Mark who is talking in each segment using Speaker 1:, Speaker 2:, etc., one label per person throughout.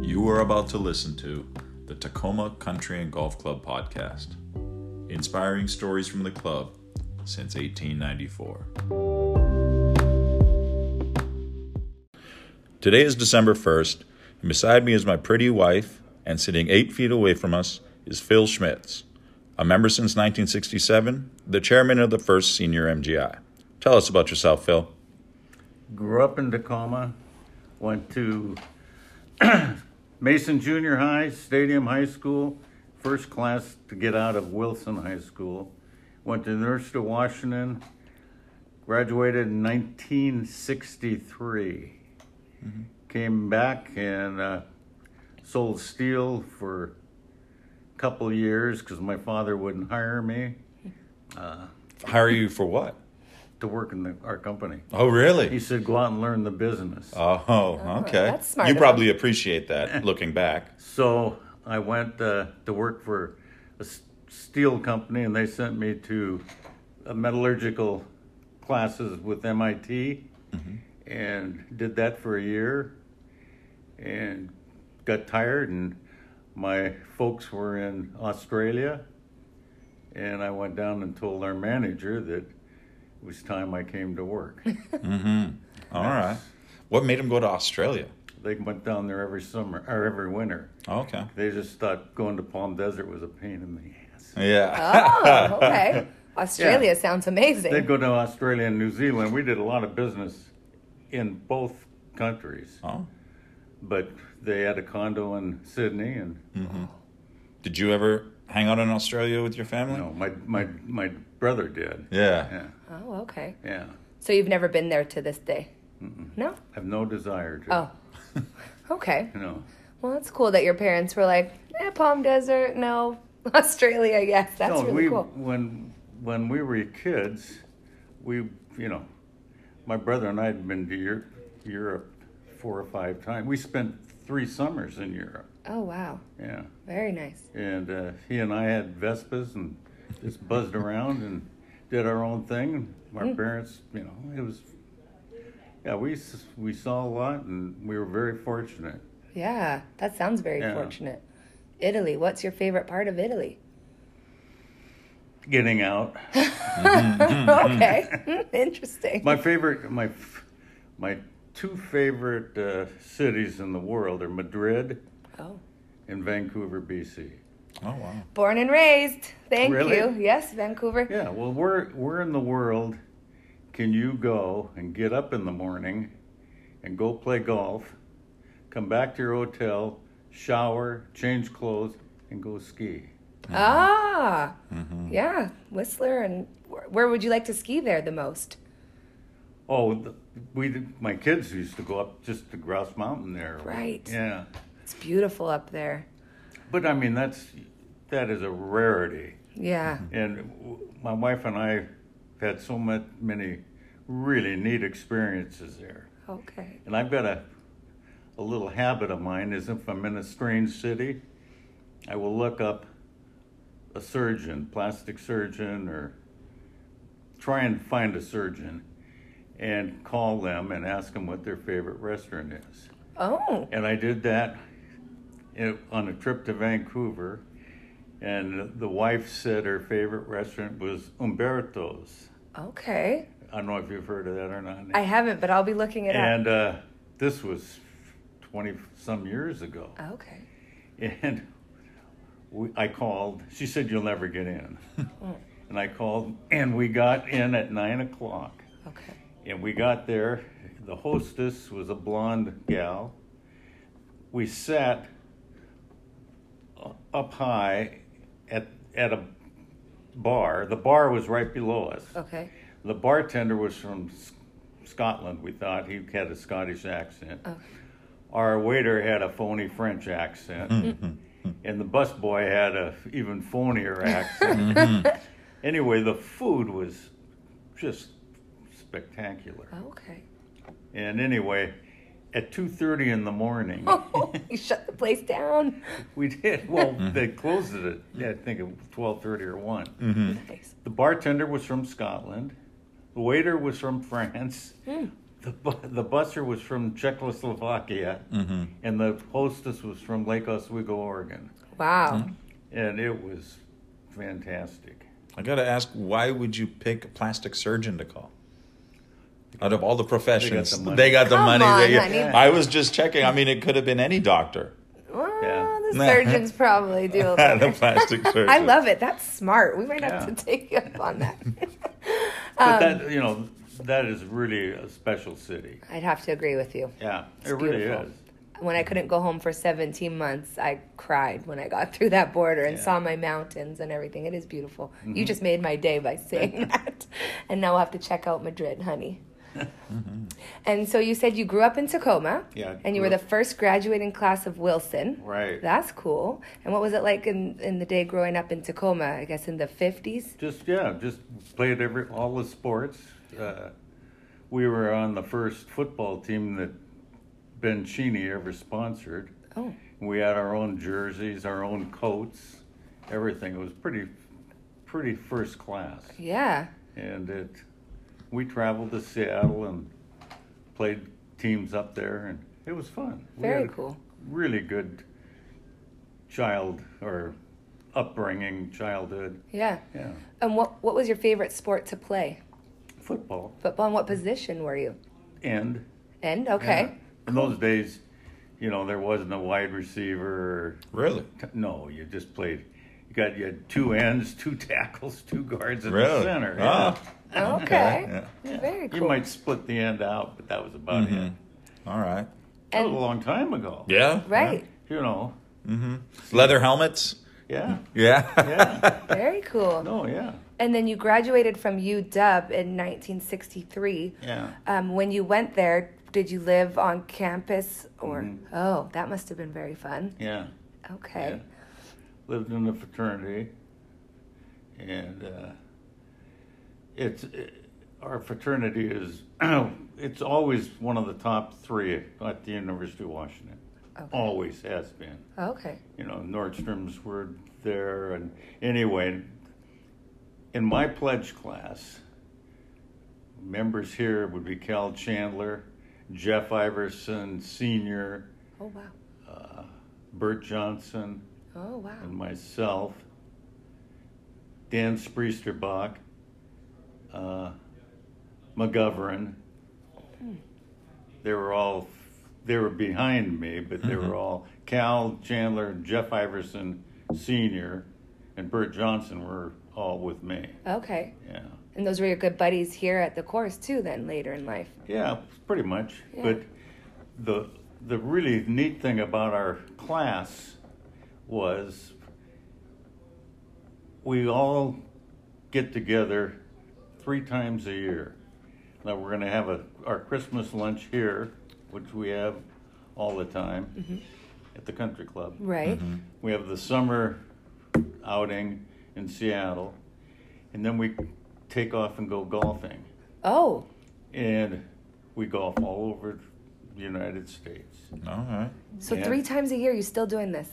Speaker 1: You are about to listen to the Tacoma Country and Golf Club podcast, inspiring stories from the club since 1894. Today is December 1st, and beside me is my pretty wife, and sitting eight feet away from us is Phil Schmitz, a member since 1967, the chairman of the first senior MGI. Tell us about yourself, Phil.
Speaker 2: Grew up in Tacoma, went to Mason Junior High, Stadium High School, first class to get out of Wilson High School. Went to University of Washington, graduated in 1963. Came back and uh, sold steel for a couple years because my father wouldn't hire me
Speaker 1: Hire you for what?
Speaker 2: to work in the, our company.
Speaker 1: Oh,
Speaker 2: He
Speaker 1: really?
Speaker 2: said, "Go out and learn the business."
Speaker 1: Oh, okay.
Speaker 3: that's smart
Speaker 1: You
Speaker 3: of
Speaker 1: probably appreciate that looking back.
Speaker 2: So I went uh, to work for a s- steel company, and they sent me to uh, metallurgical classes with MIT, and did that for a year, and got tired. And my folks were in Australia, and I went down and told our manager that it was time I came to work.
Speaker 1: All right. What made him go to Australia? Oh,
Speaker 2: they went down there every summer or every winter.
Speaker 1: Okay.
Speaker 2: They just thought going to Palm Desert was a pain in the ass.
Speaker 1: Yeah.
Speaker 3: Oh, okay. Australia
Speaker 2: Yeah.
Speaker 3: sounds amazing.
Speaker 2: They'd go to Australia and New Zealand. We did a lot of business in both countries,
Speaker 1: Oh.
Speaker 2: but they had a condo in Sydney, and
Speaker 1: Did you ever hang out in Australia with your family?
Speaker 2: you know, my my my brother did.
Speaker 1: Yeah.
Speaker 2: yeah,
Speaker 3: oh, okay.
Speaker 2: yeah.
Speaker 3: So you've never been there to this day? No?
Speaker 2: I have no desire to.
Speaker 3: Oh. okay.
Speaker 2: you know,
Speaker 3: Well, that's cool that your parents were like, eh, Palm Desert, no. Australia, yes. That's
Speaker 2: no.
Speaker 3: really
Speaker 2: we
Speaker 3: cool.
Speaker 2: when when we were kids, we you know, my brother and I had been to Europe, Europe four or five times. We spent three summers in Europe.
Speaker 3: Oh, wow.
Speaker 2: Yeah.
Speaker 3: Very nice.
Speaker 2: and uh, he and I had Vespas and just buzzed around and did our own thing. Our parents, you know, it was yeah. We s- we saw a lot, and we were very fortunate.
Speaker 3: Yeah, that sounds very
Speaker 2: Yeah.
Speaker 3: fortunate. Italy, what's your favorite part of Italy?
Speaker 2: Getting out.
Speaker 3: okay. Interesting.
Speaker 2: Mm. My favorite, my f- my two favorite uh, cities in the world are Madrid
Speaker 3: oh.
Speaker 2: and Vancouver, BC.
Speaker 1: Oh wow.
Speaker 3: Born and raised. Thank
Speaker 2: Really?
Speaker 3: you. Yes, Vancouver.
Speaker 2: Yeah. Well, where where in the world can you go and get up in the morning and go play golf, come back to your hotel, shower, change clothes, and go ski?
Speaker 3: Ah,
Speaker 2: Mm-hmm.
Speaker 3: yeah, Whistler, and where, where would you like to ski there the most?
Speaker 2: Oh, the, we did- my kids used to go up just to Grouse Mountain there.
Speaker 3: Right.
Speaker 2: Yeah.
Speaker 3: It's beautiful up there.
Speaker 2: But I mean that's that is a rarity.
Speaker 3: Yeah,
Speaker 2: And w- my wife and I had so much, many really neat experiences there.
Speaker 3: okay.
Speaker 2: And I've got a, a little habit of mine is if I'm in a strange city, I will look up a surgeon, plastic surgeon, or try and find a surgeon and call them and ask them what their favorite restaurant is.
Speaker 3: Oh,
Speaker 2: And I did that in- on a trip to Vancouver. And the wife said her favorite restaurant was Umberto's.
Speaker 3: okay.
Speaker 2: I don't know if you've heard of that or not.
Speaker 3: I haven't, but I'll be looking it
Speaker 2: And uh, this was 20 some years ago.
Speaker 3: up. Okay.
Speaker 2: And we, I called. She said, You'll never get in. and I called, and we got in at 9 o'clock.
Speaker 3: Okay.
Speaker 2: And we got there. The hostess was a blonde gal. We sat u- up high at, at a bar. The bar was right below us.
Speaker 3: Okay.
Speaker 2: The bartender was from S- Scotland. We thought he had a Scottish accent. Our waiter had a phony French accent, and the busboy had a f- even phonier accent. anyway, the food was just spectacular.
Speaker 3: Okay.
Speaker 2: And anyway, at two thirty in the morning,
Speaker 3: Oh, you shut the place down.
Speaker 2: we did. Well, they closed it. At, yeah, I think it was twelve thirty or one.
Speaker 3: Nice. Hmm.
Speaker 2: The bartender was from Scotland. The waiter was from France. The, bu- the busser was from Czechoslovakia, and the hostess was from Lake Oswego, Oregon.
Speaker 3: Wow.
Speaker 2: Mm-hmm. And it was fantastic.
Speaker 1: I gotta ask, why would you pick a plastic surgeon to call? Out of all the professions,
Speaker 2: money.
Speaker 1: they got the
Speaker 3: Come
Speaker 1: money.
Speaker 3: on,
Speaker 1: they-
Speaker 3: honey.
Speaker 1: I was just checking. I mean, it could have been any doctor.
Speaker 3: Well,
Speaker 2: Yeah.
Speaker 3: the surgeons probably do a little
Speaker 1: the plastic surgeon.
Speaker 3: I love it. That's smart. We might have
Speaker 2: Yeah.
Speaker 3: to take you up on that. Um,
Speaker 2: But that, you know, that is really a special city.
Speaker 3: I'd have to agree with you.
Speaker 2: Yeah,
Speaker 3: It's
Speaker 2: it really
Speaker 3: beautiful.
Speaker 2: is.
Speaker 3: When I couldn't go home for 17 months, I cried when I got through that border
Speaker 2: Yeah.
Speaker 3: and
Speaker 2: Mm-hmm.
Speaker 3: saw my mountains and everything. It is beautiful. You just made my day by saying that. And now we'll have to check out Madrid, honey. And so you said you grew up in Tacoma.
Speaker 2: Mm-hmm. Yeah,
Speaker 3: And you
Speaker 2: grew
Speaker 3: were the
Speaker 2: up-
Speaker 3: first graduating class of Wilson.
Speaker 2: Right.
Speaker 3: That's cool. And what was it like in, in the day growing up in Tacoma? I guess in the 50s?
Speaker 2: Just yeah, just played every all the sports. Uh, we were on the first football team that Ben Cheney ever sponsored.
Speaker 3: Oh.
Speaker 2: We had our own jerseys, our own coats, everything. It was pretty, pretty first class.
Speaker 3: Yeah.
Speaker 2: And it, we traveled to Seattle and played teams up there, and it was fun. We
Speaker 3: Very
Speaker 2: had a
Speaker 3: cool.
Speaker 2: Really good child or upbringing, childhood.
Speaker 3: Yeah.
Speaker 2: Yeah,
Speaker 3: And what, what was your favorite sport to play?
Speaker 2: football
Speaker 3: Football. And what position were you?
Speaker 2: and
Speaker 3: End. Okay.
Speaker 2: Mm. Yeah. In those days, you know, there wasn't a wide receiver.
Speaker 1: Really?
Speaker 2: Or t- no, you just played. You got you had two ends, two tackles, two guards in
Speaker 1: Really?
Speaker 2: the center.
Speaker 1: Ah.
Speaker 3: Okay.
Speaker 1: Yeah.
Speaker 2: Yeah.
Speaker 3: Very cool.
Speaker 2: You might split the end out, but that was about it.
Speaker 1: All right.
Speaker 2: That was
Speaker 3: And-
Speaker 2: a long time ago.
Speaker 1: Mm-hmm. Yeah.
Speaker 3: Right.
Speaker 2: You know.
Speaker 1: Leather helmets.
Speaker 2: Yeah.
Speaker 1: Yeah.
Speaker 2: Yeah.
Speaker 3: Very cool.
Speaker 2: no. Yeah.
Speaker 3: And then you graduated from UW in 1963.
Speaker 2: Yeah.
Speaker 3: Um, when you went there, did you live on campus or?
Speaker 2: Mm-hmm.
Speaker 3: Oh, that must have been very fun.
Speaker 2: Yeah.
Speaker 3: Okay.
Speaker 2: lived in the fraternity, and uh, it's it, our fraternity is it's always one of the top three at the University of Washington.
Speaker 3: Okay.
Speaker 2: Always has been.
Speaker 3: Okay.
Speaker 2: You know, Nordstrom's were there, and anyway, in my pledge class, members here would be Cal Chandler, Jeff Iverson Senior, uh,
Speaker 3: Oh wow.
Speaker 2: Bert Johnson.
Speaker 3: Oh wow.
Speaker 2: and myself, Dan Spreesterbach, uh, McGovern. They were all, they were behind me, but they were all Cal Chandler, Jeff Iverson Senior, and Bert Johnson were all with me.
Speaker 3: Okay.
Speaker 2: Yeah,
Speaker 3: And those were your good buddies here at the course too. Then later in life.
Speaker 2: yeah, pretty much.
Speaker 3: Yeah.
Speaker 2: But the the really neat thing about our class was we all get together three times a year. Now we're going to have a, our Christmas lunch here, which we have all the time at the country club.
Speaker 3: Right.
Speaker 2: We have the summer outing in Seattle, and then we take off and go golfing.
Speaker 3: Oh.
Speaker 2: And we golf all over the United States.
Speaker 1: All right.
Speaker 3: So
Speaker 2: Yeah.
Speaker 3: three times a year, you're still doing this.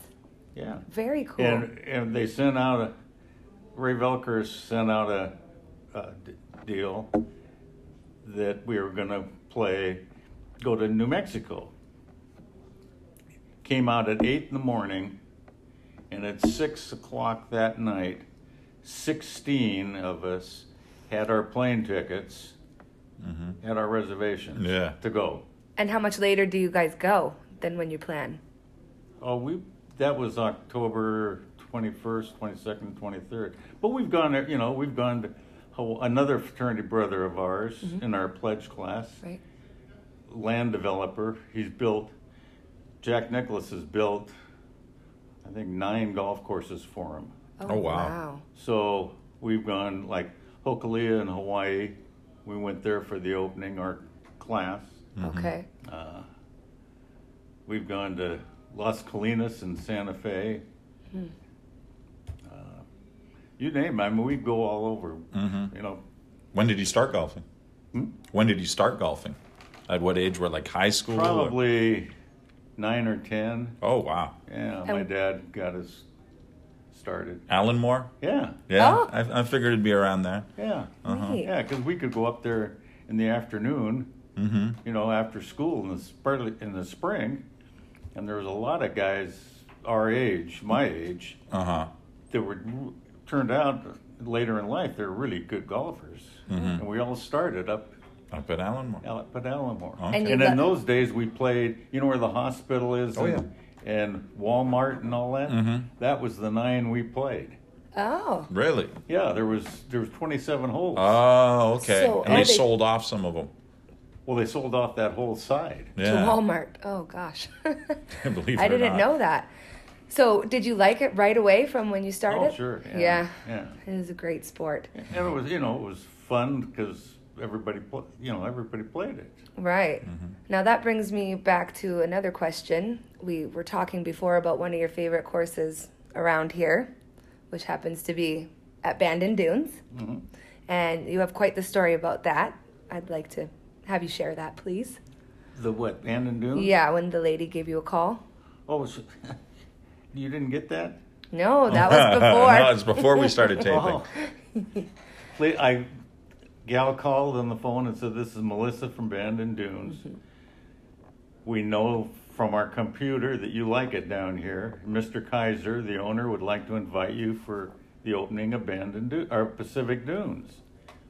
Speaker 2: Yeah.
Speaker 3: Very cool.
Speaker 2: And and they sent out a Ray Velker sent out a, a d- deal that we were gonna play, go to New Mexico. Came out at eight in the morning, and at six o'clock that night, sixteen of us had our plane tickets, had our reservations
Speaker 1: Yeah.
Speaker 2: to go.
Speaker 3: And how much later do you guys go than when you plan?
Speaker 2: Oh, we, that was October twenty-first, twenty-second, twenty-third. But we've gone, there- you know, we've gone to Haw- another fraternity brother of ours in our pledge class,
Speaker 3: Right.
Speaker 2: land developer. He's built, Jack Nicholas has built, I think, nine golf courses for him.
Speaker 1: Oh, wow.
Speaker 2: So we've gone like Hokulea in Hawaii. We went there for the opening, our class.
Speaker 3: Okay.
Speaker 2: We've gone to Las Colinas and Santa Fe. Uh, you name it. I mean, we go all over. You know,
Speaker 1: When did you start golfing? When did you start golfing? At what age? Were like high school? or-
Speaker 2: probably nine or ten.
Speaker 1: Oh wow.
Speaker 2: Yeah, my
Speaker 3: And-
Speaker 2: dad got us started.
Speaker 1: Alan Moore.
Speaker 2: Yeah,
Speaker 1: Yeah.
Speaker 3: Oh.
Speaker 1: I, I figured it'd be around there.
Speaker 2: yeah,
Speaker 3: Neat.
Speaker 2: yeah. Because we could go up there in the afternoon you know, after school in the spur, in the spring, and there was a lot of guys our age, my age,
Speaker 1: Uh huh.
Speaker 2: that were turned out later in life. They're really good golfers, and we all started up
Speaker 1: Up at Allenmore.
Speaker 2: Al- up at Alamo.
Speaker 1: Okay.
Speaker 3: And
Speaker 2: And,
Speaker 3: you
Speaker 2: in
Speaker 3: got-
Speaker 2: those days, we played. You know where the hospital is,
Speaker 1: Oh,
Speaker 2: and, and Walmart and all that. That was the nine we played.
Speaker 3: Oh.
Speaker 1: Really?
Speaker 2: Yeah, there was there was 27 holes.
Speaker 1: Oh, okay.
Speaker 3: So
Speaker 1: and they,
Speaker 3: are they-
Speaker 1: sold off some of them.
Speaker 2: well, they sold off that whole side.
Speaker 1: Yeah.
Speaker 3: to Walmart. Oh gosh,
Speaker 1: Believe it
Speaker 3: I
Speaker 1: or
Speaker 3: didn't
Speaker 1: not.
Speaker 3: know that. So, did you like it right away from when you started?
Speaker 2: Oh, sure. Yeah.
Speaker 3: Yeah.
Speaker 2: yeah.
Speaker 3: it is a great sport,
Speaker 2: And it was you know it was fun because everybody pl- you know everybody played it.
Speaker 3: right? Now that brings me back to another question. We were talking before about one of your favorite courses around here, which happens to be at Bandon Dunes,
Speaker 2: Mm-hmm.
Speaker 3: and you have quite the story about that. I'd like to have you share that, please.
Speaker 2: The what? Bandon Dunes.
Speaker 3: Yeah, when the lady gave you a call.
Speaker 2: Oh, so, you didn't get that?
Speaker 3: No, that was before.
Speaker 1: no, it's before we started taping.
Speaker 2: Oh. La- I gal called on the phone and said, "This is Melissa from Bandon Dunes. We know from our computer that you like it down here. Mr. Kaiser, the owner, would like to invite you for the opening of Bandon Dunes or Pacific Dunes,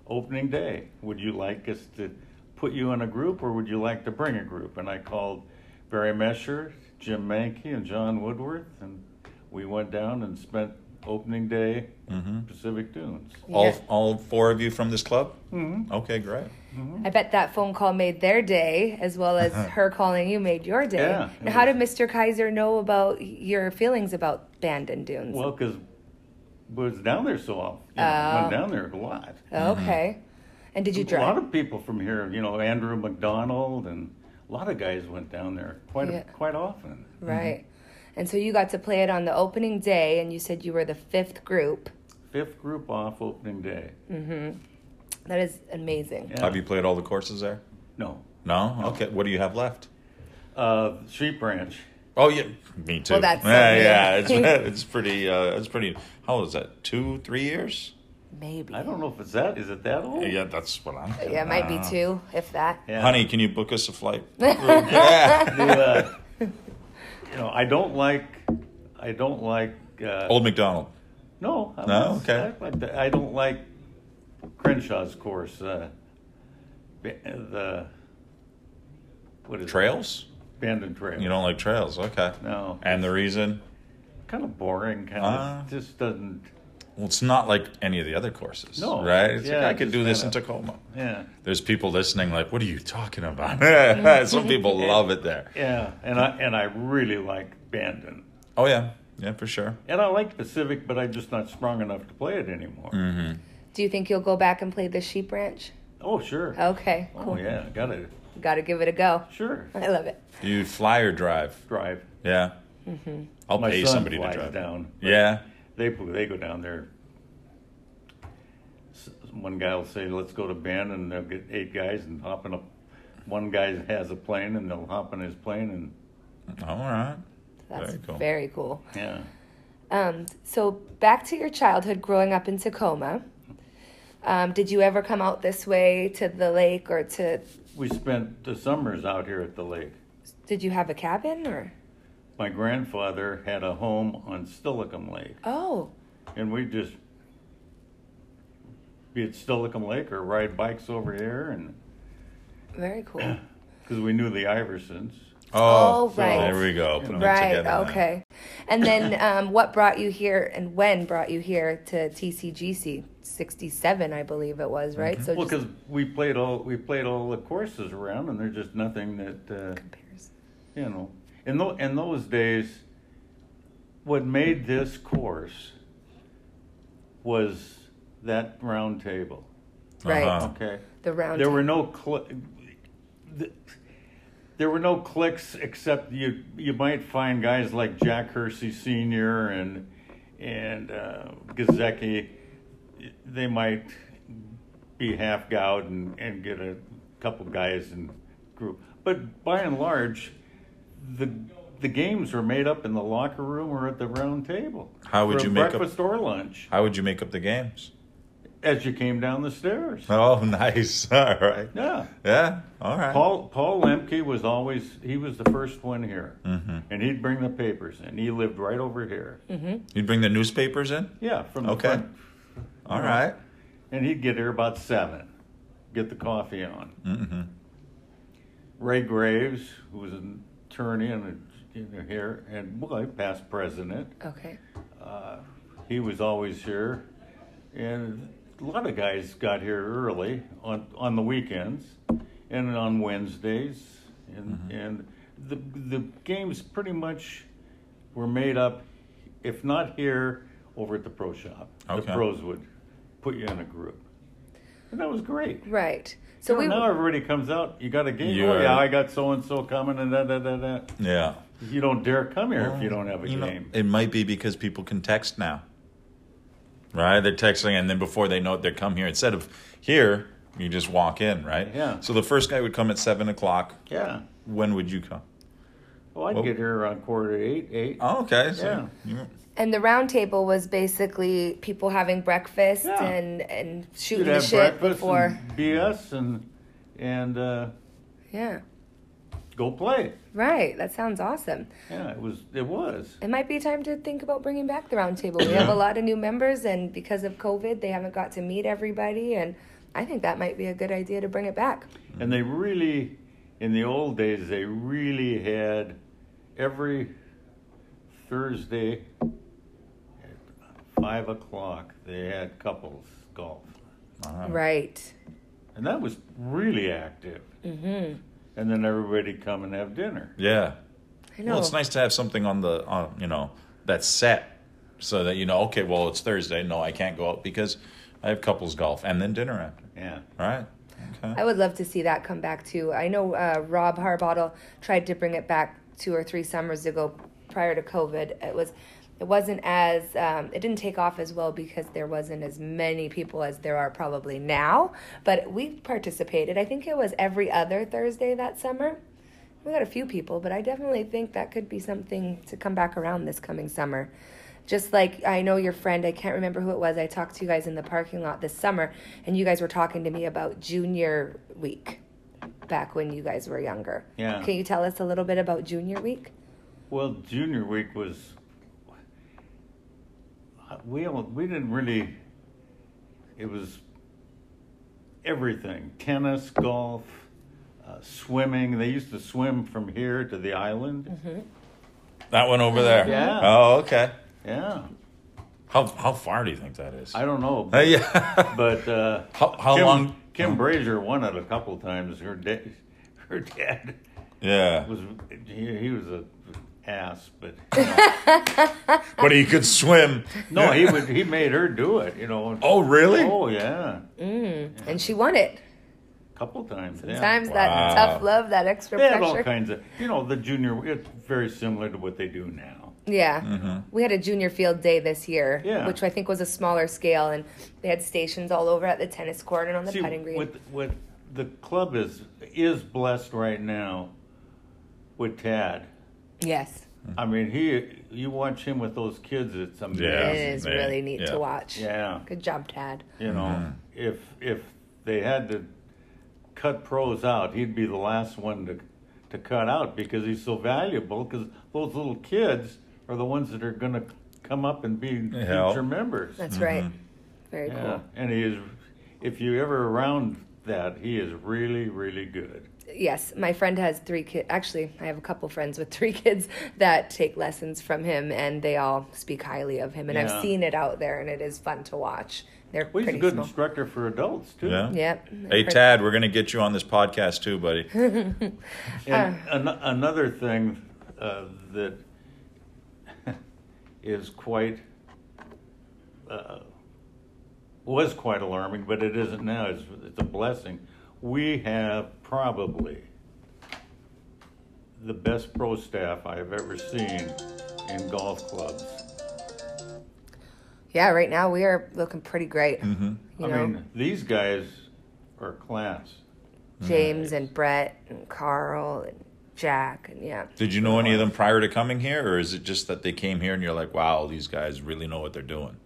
Speaker 2: opening day. Would you like us to put you in a group, or would you like to bring a group?" And I called Barry Mesher, Jim Mankey, and John Woodworth, and we went down and spent opening day
Speaker 1: Mm-hmm.
Speaker 2: Pacific Dunes.
Speaker 1: All,
Speaker 3: Yeah.
Speaker 1: all four of you from this club? Mm-hmm. Okay, great.
Speaker 3: I bet that phone call made their day as well as her calling you made your day.
Speaker 2: Yeah,
Speaker 3: Now,
Speaker 2: it
Speaker 3: how did
Speaker 2: was-
Speaker 3: Mr. Kaiser know about your feelings about Band and Dunes?
Speaker 2: Well, because was down there so often. You know, went down there a lot.
Speaker 3: Oh, okay. And Oh. did you
Speaker 2: mm-hmm. A lot
Speaker 3: drive?
Speaker 2: of people from here, you know, Andrew McDonald and a lot of guys went down there quite
Speaker 3: Yeah.
Speaker 2: a, quite often.
Speaker 3: Right. And so you got to play it on the opening day, and you said you were the fifth group.
Speaker 2: Fifth group off opening day.
Speaker 3: That is amazing.
Speaker 2: Yeah.
Speaker 1: Have you played all the courses there?
Speaker 2: No,
Speaker 1: No? Okay. What do you have left?
Speaker 2: uh, Sheep Ranch.
Speaker 1: Oh, yeah. Me too.
Speaker 3: Well, that's so
Speaker 1: yeah,
Speaker 3: me.
Speaker 1: yeah. It's, it's pretty, uh, it's pretty, how old is that? Two, three years?
Speaker 3: Maybe.
Speaker 2: I don't know if it's that. Is it that old?
Speaker 1: Yeah, that's what I'm
Speaker 3: Yeah, it might be
Speaker 1: too.
Speaker 3: two, if that.
Speaker 2: Yeah.
Speaker 1: Honey, can you book us a flight? yeah.
Speaker 2: The, uh, you know, I don't like. I don't like. Uh,
Speaker 1: Old McDonald.
Speaker 2: No. I'm
Speaker 1: No?
Speaker 2: not-
Speaker 1: Okay.
Speaker 2: I, like that. I don't like Crenshaw's course. Uh, ba- the what is it?
Speaker 1: Trails?
Speaker 2: Abandoned trail.
Speaker 1: You don't like trails, okay.
Speaker 2: No.
Speaker 1: And the reason?
Speaker 2: kind of boring. Kind
Speaker 1: Ah.
Speaker 2: of just doesn't.
Speaker 1: Well, it's not like any of the other courses.
Speaker 2: No.
Speaker 1: Right? It's like,
Speaker 2: Yeah,
Speaker 1: I could
Speaker 2: just
Speaker 1: do this in
Speaker 2: kinda-
Speaker 1: Tacoma.
Speaker 2: Yeah.
Speaker 1: There's people listening like, what are you talking about? Some people love it there.
Speaker 2: Yeah. And I and I really like Bandon.
Speaker 1: Oh, yeah. Yeah, for sure.
Speaker 2: And I like Pacific, but I'm just not strong enough to play it anymore.
Speaker 1: Mm.
Speaker 3: Do you think you'll go back and play the sheep ranch?
Speaker 2: Oh sure.
Speaker 3: Okay,
Speaker 2: Oh
Speaker 3: cool.
Speaker 2: yeah, got it.
Speaker 3: Got to give it a go.
Speaker 2: Sure.
Speaker 3: I love it.
Speaker 1: Do you fly or drive?
Speaker 2: Drive.
Speaker 1: Yeah.
Speaker 3: Mm-hmm.
Speaker 1: I'll
Speaker 2: My
Speaker 1: pay
Speaker 2: son
Speaker 1: somebody to
Speaker 2: flies
Speaker 1: drive.
Speaker 2: down. but
Speaker 1: Yeah.
Speaker 2: They they go down there. S- One guy will say, "Let's go to Bandon," and they'll get eight guys and hop in a. One guy has a plane, and they'll hop in his plane, and
Speaker 1: All right.
Speaker 3: That's
Speaker 1: Very cool.
Speaker 3: very cool.
Speaker 2: yeah.
Speaker 3: Um, so back to your childhood growing up in Tacoma. Um, did you ever come out this way to the lake or to
Speaker 2: We spent the summers out here at the lake.
Speaker 3: did you have a cabin or
Speaker 2: My grandfather had a home on Stillicum Lake,
Speaker 3: oh
Speaker 2: and we just be at Stillicum Lake or ride bikes over here, and
Speaker 3: very cool.
Speaker 2: because we knew the Iversons.
Speaker 3: Oh,
Speaker 1: Oh,
Speaker 3: right.
Speaker 1: There we go. Putting them
Speaker 3: right,
Speaker 1: together now.
Speaker 3: okay. And then um, what brought you here and when brought you here to TCGC 67 I believe it was, right? So
Speaker 2: Mm-hmm. Well,
Speaker 3: just
Speaker 2: because we played all we played all the courses around, and there's just nothing that uh,
Speaker 3: compares.
Speaker 2: you know. In tho- in those days, what made this course was that round table.
Speaker 3: Right.
Speaker 1: Uh-huh.
Speaker 2: Okay.
Speaker 3: the round
Speaker 2: There were no cl- th- there were no clicks except you you might find guys like Jack Hersey Sr. and and uh, Gazeki. They might be half gouged and, and get a couple guys in group, but by and large, the the games were made up in the locker room or at the round table.
Speaker 1: How would
Speaker 2: for
Speaker 1: you make up-
Speaker 2: breakfast or lunch?
Speaker 1: How would you make up the games?
Speaker 2: as you came down the stairs.
Speaker 1: Oh, nice. All right.
Speaker 2: Yeah.
Speaker 1: Yeah. All right.
Speaker 2: Paul Paul Lemke was always he was the first one here, and he'd bring the papers, and he lived right over here.
Speaker 1: You'd bring the newspapers in?
Speaker 2: Yeah, from the
Speaker 1: Okay.
Speaker 2: front.
Speaker 1: All right.
Speaker 2: and he'd get here about seven, get the coffee on.
Speaker 1: Mm-hmm.
Speaker 2: Ray Graves, who was an attorney and a, you know, here and well, past president,
Speaker 3: Okay.
Speaker 2: uh, he was always here, and a lot of guys got here early on on the weekends, and on Wednesdays, and
Speaker 1: Mm-hmm.
Speaker 2: and the the games pretty much were made up, if not here, over at the pro shop.
Speaker 1: Okay.
Speaker 2: The pros would put you in a group, and that was great.
Speaker 3: Right. So
Speaker 2: Well,
Speaker 3: we
Speaker 2: now everybody comes out. You got a game.
Speaker 1: Yeah.
Speaker 2: Oh yeah, I got so and so coming, and da da da da.
Speaker 1: Yeah.
Speaker 2: You don't dare come here if you don't have a
Speaker 1: You know,
Speaker 2: game.
Speaker 1: it might be because people can text now. Right? They're texting, and then before they know it, they come here. Instead of here, you just walk in, right?
Speaker 2: Yeah.
Speaker 1: So the first guy would come at 7 o'clock.
Speaker 2: yeah.
Speaker 1: When would you come?
Speaker 2: Well, Oh, I'd
Speaker 1: Well-
Speaker 2: get here around quarter to eight, eight.
Speaker 1: Oh, okay. So
Speaker 2: Yeah.
Speaker 1: you-
Speaker 3: and the round table was basically people having breakfast
Speaker 2: Yeah.
Speaker 3: and and
Speaker 2: You'd
Speaker 3: shooting the
Speaker 2: have
Speaker 3: shit
Speaker 2: breakfast
Speaker 3: before.
Speaker 2: and BS and and uh,
Speaker 3: Yeah.
Speaker 2: go play.
Speaker 3: Right. That sounds awesome.
Speaker 2: Yeah, it was. It was.
Speaker 3: It might be time to think about bringing back the roundtable. We have a lot of new members, and because of COVID, they haven't got to meet everybody. And I think that might be a good idea to bring it back.
Speaker 2: And they really, in the old days, they really had every Thursday at five o'clock. They had couples golf.
Speaker 1: Wow.
Speaker 3: Right.
Speaker 2: And that was really active. Mm-hmm. And then everybody'd come and have dinner.
Speaker 1: Yeah.
Speaker 3: I know.
Speaker 1: Well, it's nice to have something on the, on, you know, that's set so that you know, okay, well, it's Thursday. No, I can't go out because I have couples golf and then dinner after.
Speaker 2: Yeah.
Speaker 1: Right? Okay.
Speaker 3: I would love to see that come back too. I know uh, Rob Harbottle tried to bring it back two or three summers ago, prior to COVID. It was, it wasn't as, um, it didn't take off as well because there wasn't as many people as there are probably now. But we participated. I think it was every other Thursday that summer. We got a few people, but I definitely think that could be something to come back around this coming summer. Just like I know your friend, I can't remember who it was. I talked to you guys in the parking lot this summer, and you guys were talking to me about junior week back when you guys were younger.
Speaker 2: Yeah.
Speaker 3: Can you tell us a little bit about junior week?
Speaker 2: Well, junior week was. We all, we didn't really. It was everything: tennis, golf, uh, swimming. They used to swim from here to the island.
Speaker 1: That one over there.
Speaker 2: Yeah.
Speaker 1: Oh, okay.
Speaker 2: Yeah,
Speaker 1: How, how far do you think that is?
Speaker 2: I don't
Speaker 1: Uh,
Speaker 2: know, but,
Speaker 1: yeah.
Speaker 2: uh,
Speaker 1: How- how
Speaker 2: Kim,
Speaker 1: long- Uh-huh.
Speaker 2: Kim Brazier won it a couple times. Her dad, her dad
Speaker 1: yeah.
Speaker 2: was he, he was a ass, but you know.
Speaker 1: But he could swim.
Speaker 2: no, he would he made her do it. You know.
Speaker 1: Oh, really?
Speaker 2: Oh yeah,
Speaker 3: And she won it.
Speaker 2: couple times. yeah.
Speaker 3: Times
Speaker 1: Wow.
Speaker 3: that tough love, that extra
Speaker 2: They had
Speaker 3: pressure.
Speaker 2: all kinds of, you know, the junior. It's very similar to what they do now.
Speaker 3: Yeah. We had a junior field day this year,
Speaker 2: Mm-hmm. Yeah.
Speaker 3: which I think was a smaller scale, and they had stations all over at the tennis court and on the
Speaker 2: See,
Speaker 3: putting green.
Speaker 2: what what the club is is blessed right now with Tad.
Speaker 3: yes.
Speaker 2: I mean, he you watch him with those kids. It's amazing.
Speaker 1: Yeah.
Speaker 3: It is
Speaker 1: Yeah.
Speaker 3: really neat
Speaker 1: Yeah.
Speaker 3: to watch.
Speaker 2: Yeah.
Speaker 3: Good job, Tad.
Speaker 2: You know, if if they had to cut pros out, he'd be the last one to to cut out because he's so valuable. Because those little kids are the ones that are going to come up and be
Speaker 1: Yeah.
Speaker 2: future members.
Speaker 3: That's
Speaker 1: Mm-hmm.
Speaker 3: right. Very
Speaker 2: Yeah, and he is. If you ever around that, he is really, really good.
Speaker 3: cool. Yes, my friend has three kids. Actually, I have a couple friends with three kids that take lessons from him, and they all speak highly of him. And
Speaker 2: Yeah.
Speaker 3: I've seen it out there, and it is fun to watch. They're
Speaker 2: Well, he's
Speaker 3: pretty
Speaker 2: a good
Speaker 3: small.
Speaker 2: instructor for adults too.
Speaker 1: Yeah.
Speaker 3: Yep.
Speaker 1: Hey, Tad, we're going to get you on this podcast too, buddy.
Speaker 2: And an- another thing uh, that is quite uh, was quite alarming, but it isn't now. It's, it's a blessing. We have probably the best pro staff I have ever seen in golf clubs.
Speaker 3: Yeah, right now we are looking pretty great. Mm-hmm. You know,
Speaker 2: I mean, these guys are class.
Speaker 1: Mm-hmm.
Speaker 3: James and Brett and Carl and Jack and yeah.
Speaker 1: Did you know any of them prior to coming here, or is it just that they came here and you're like, wow, these guys really know what they're doing?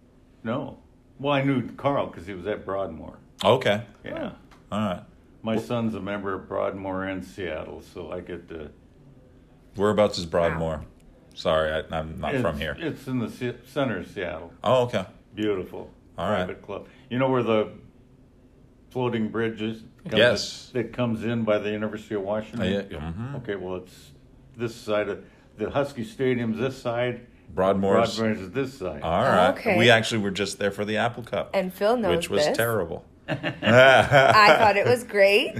Speaker 2: No, Well, I knew Carl because he was at Broadmoor.
Speaker 1: Okay.
Speaker 2: Yeah.
Speaker 1: All right.
Speaker 2: My son's a member of Broadmoor and Seattle, so I get to.
Speaker 1: Whereabouts is Broadmoor? Sorry, I, I'm not
Speaker 2: it's,
Speaker 1: from here.
Speaker 2: It's in the se- center of Seattle.
Speaker 1: Oh, okay.
Speaker 2: Beautiful.
Speaker 1: All right.
Speaker 2: Private club. You know where the floating bridge is? Comes-
Speaker 1: Yes.
Speaker 2: That comes in by the University of Washington?
Speaker 1: Uh, yeah, mhm.
Speaker 2: Okay, well, it's this side of the Husky Stadium's this side.
Speaker 1: Broadmoor's.
Speaker 2: Broadmoor's is this side.
Speaker 1: All right.
Speaker 3: Okay.
Speaker 1: We actually were just there for the Apple Cup,
Speaker 3: And Phil knows
Speaker 1: which was
Speaker 3: this.
Speaker 1: terrible.
Speaker 3: I thought it was great.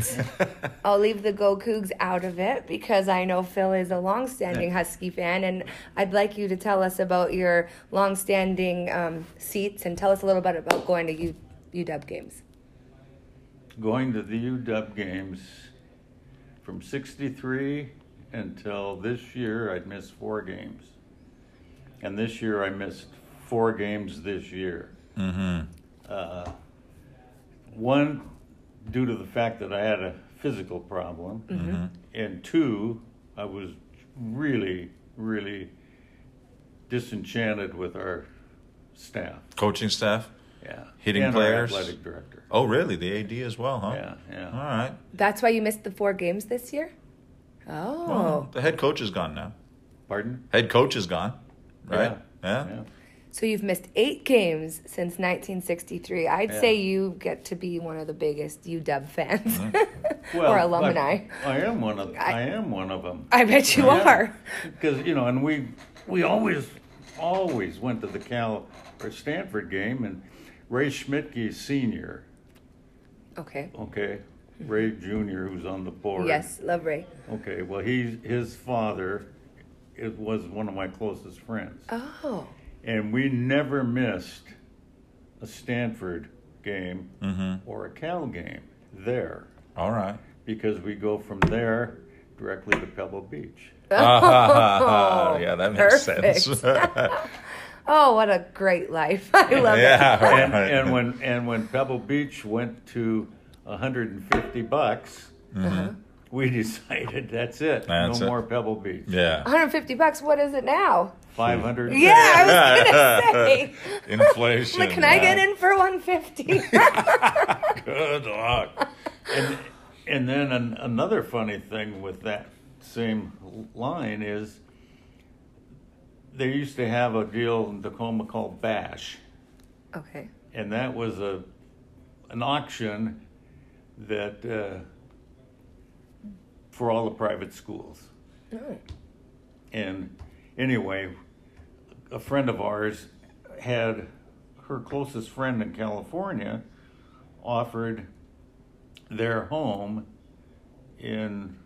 Speaker 3: I'll leave the Go Cougs out of it because I know Phil is a longstanding Husky fan, and I'd like you to tell us about your longstanding um, seats and tell us a little bit about going to U- UW games.
Speaker 2: Going to the UW games from 63 until this year, I'd missed four games. And this year, I missed four games this year. Mm-hmm. Uh, one, due to the fact that I had a physical problem. And two, I was really, really disenchanted with our staff.
Speaker 1: Coaching staff.
Speaker 2: Yeah.
Speaker 1: Hitting
Speaker 2: and
Speaker 1: players?
Speaker 2: Our athletic director.
Speaker 1: Oh, really? The AD as well, huh?
Speaker 2: Yeah, yeah.
Speaker 1: All right.
Speaker 3: That's why you missed the four games this year? Oh.
Speaker 1: Well, the head coach is gone now.
Speaker 2: Pardon?
Speaker 1: Head coach is gone, right? Yeah.
Speaker 2: yeah.
Speaker 3: So you've missed eight games since 1963. I'd
Speaker 2: Yeah.
Speaker 3: say you get to be one of the biggest UW fans or
Speaker 2: Mm-hmm. Well,
Speaker 3: alumni.
Speaker 2: I, I am one of. I, am one of them.
Speaker 3: I bet you are.
Speaker 2: Because you know, and we we always always went to the Cal or Stanford game, and Ray Schmidtke Senior.
Speaker 3: Okay.
Speaker 2: Okay, Ray Junior, who's on the board.
Speaker 3: Yes, love Ray.
Speaker 2: Okay. Well, he his father, it was one of my closest friends,
Speaker 3: Oh.
Speaker 2: and we never missed a Stanford game
Speaker 1: Mm-hmm.
Speaker 2: or a Cal game there.
Speaker 1: All right.
Speaker 2: because we go from there directly to Pebble Beach.
Speaker 1: yeah, that makes sense.
Speaker 3: Oh, what a great life. I love it.
Speaker 1: yeah. Right.
Speaker 2: And, and when and when Pebble Beach went to 150 bucks, we decided that's it.
Speaker 1: Mm-hmm. That's
Speaker 2: no
Speaker 1: it.
Speaker 2: more Pebble Beach.
Speaker 1: yeah.
Speaker 3: 150 bucks, what is it now?
Speaker 2: 500.
Speaker 3: Yeah, I was going to say.
Speaker 1: Inflation.
Speaker 3: Like, can I get in for 150?
Speaker 2: Good luck. And, and then an, another funny thing with that same line is they used to have a deal in Tacoma called Bash.
Speaker 3: okay.
Speaker 2: and that was a an auction that uh, for all the private schools. And anyway, a friend of ours had her closest friend in California offered their home in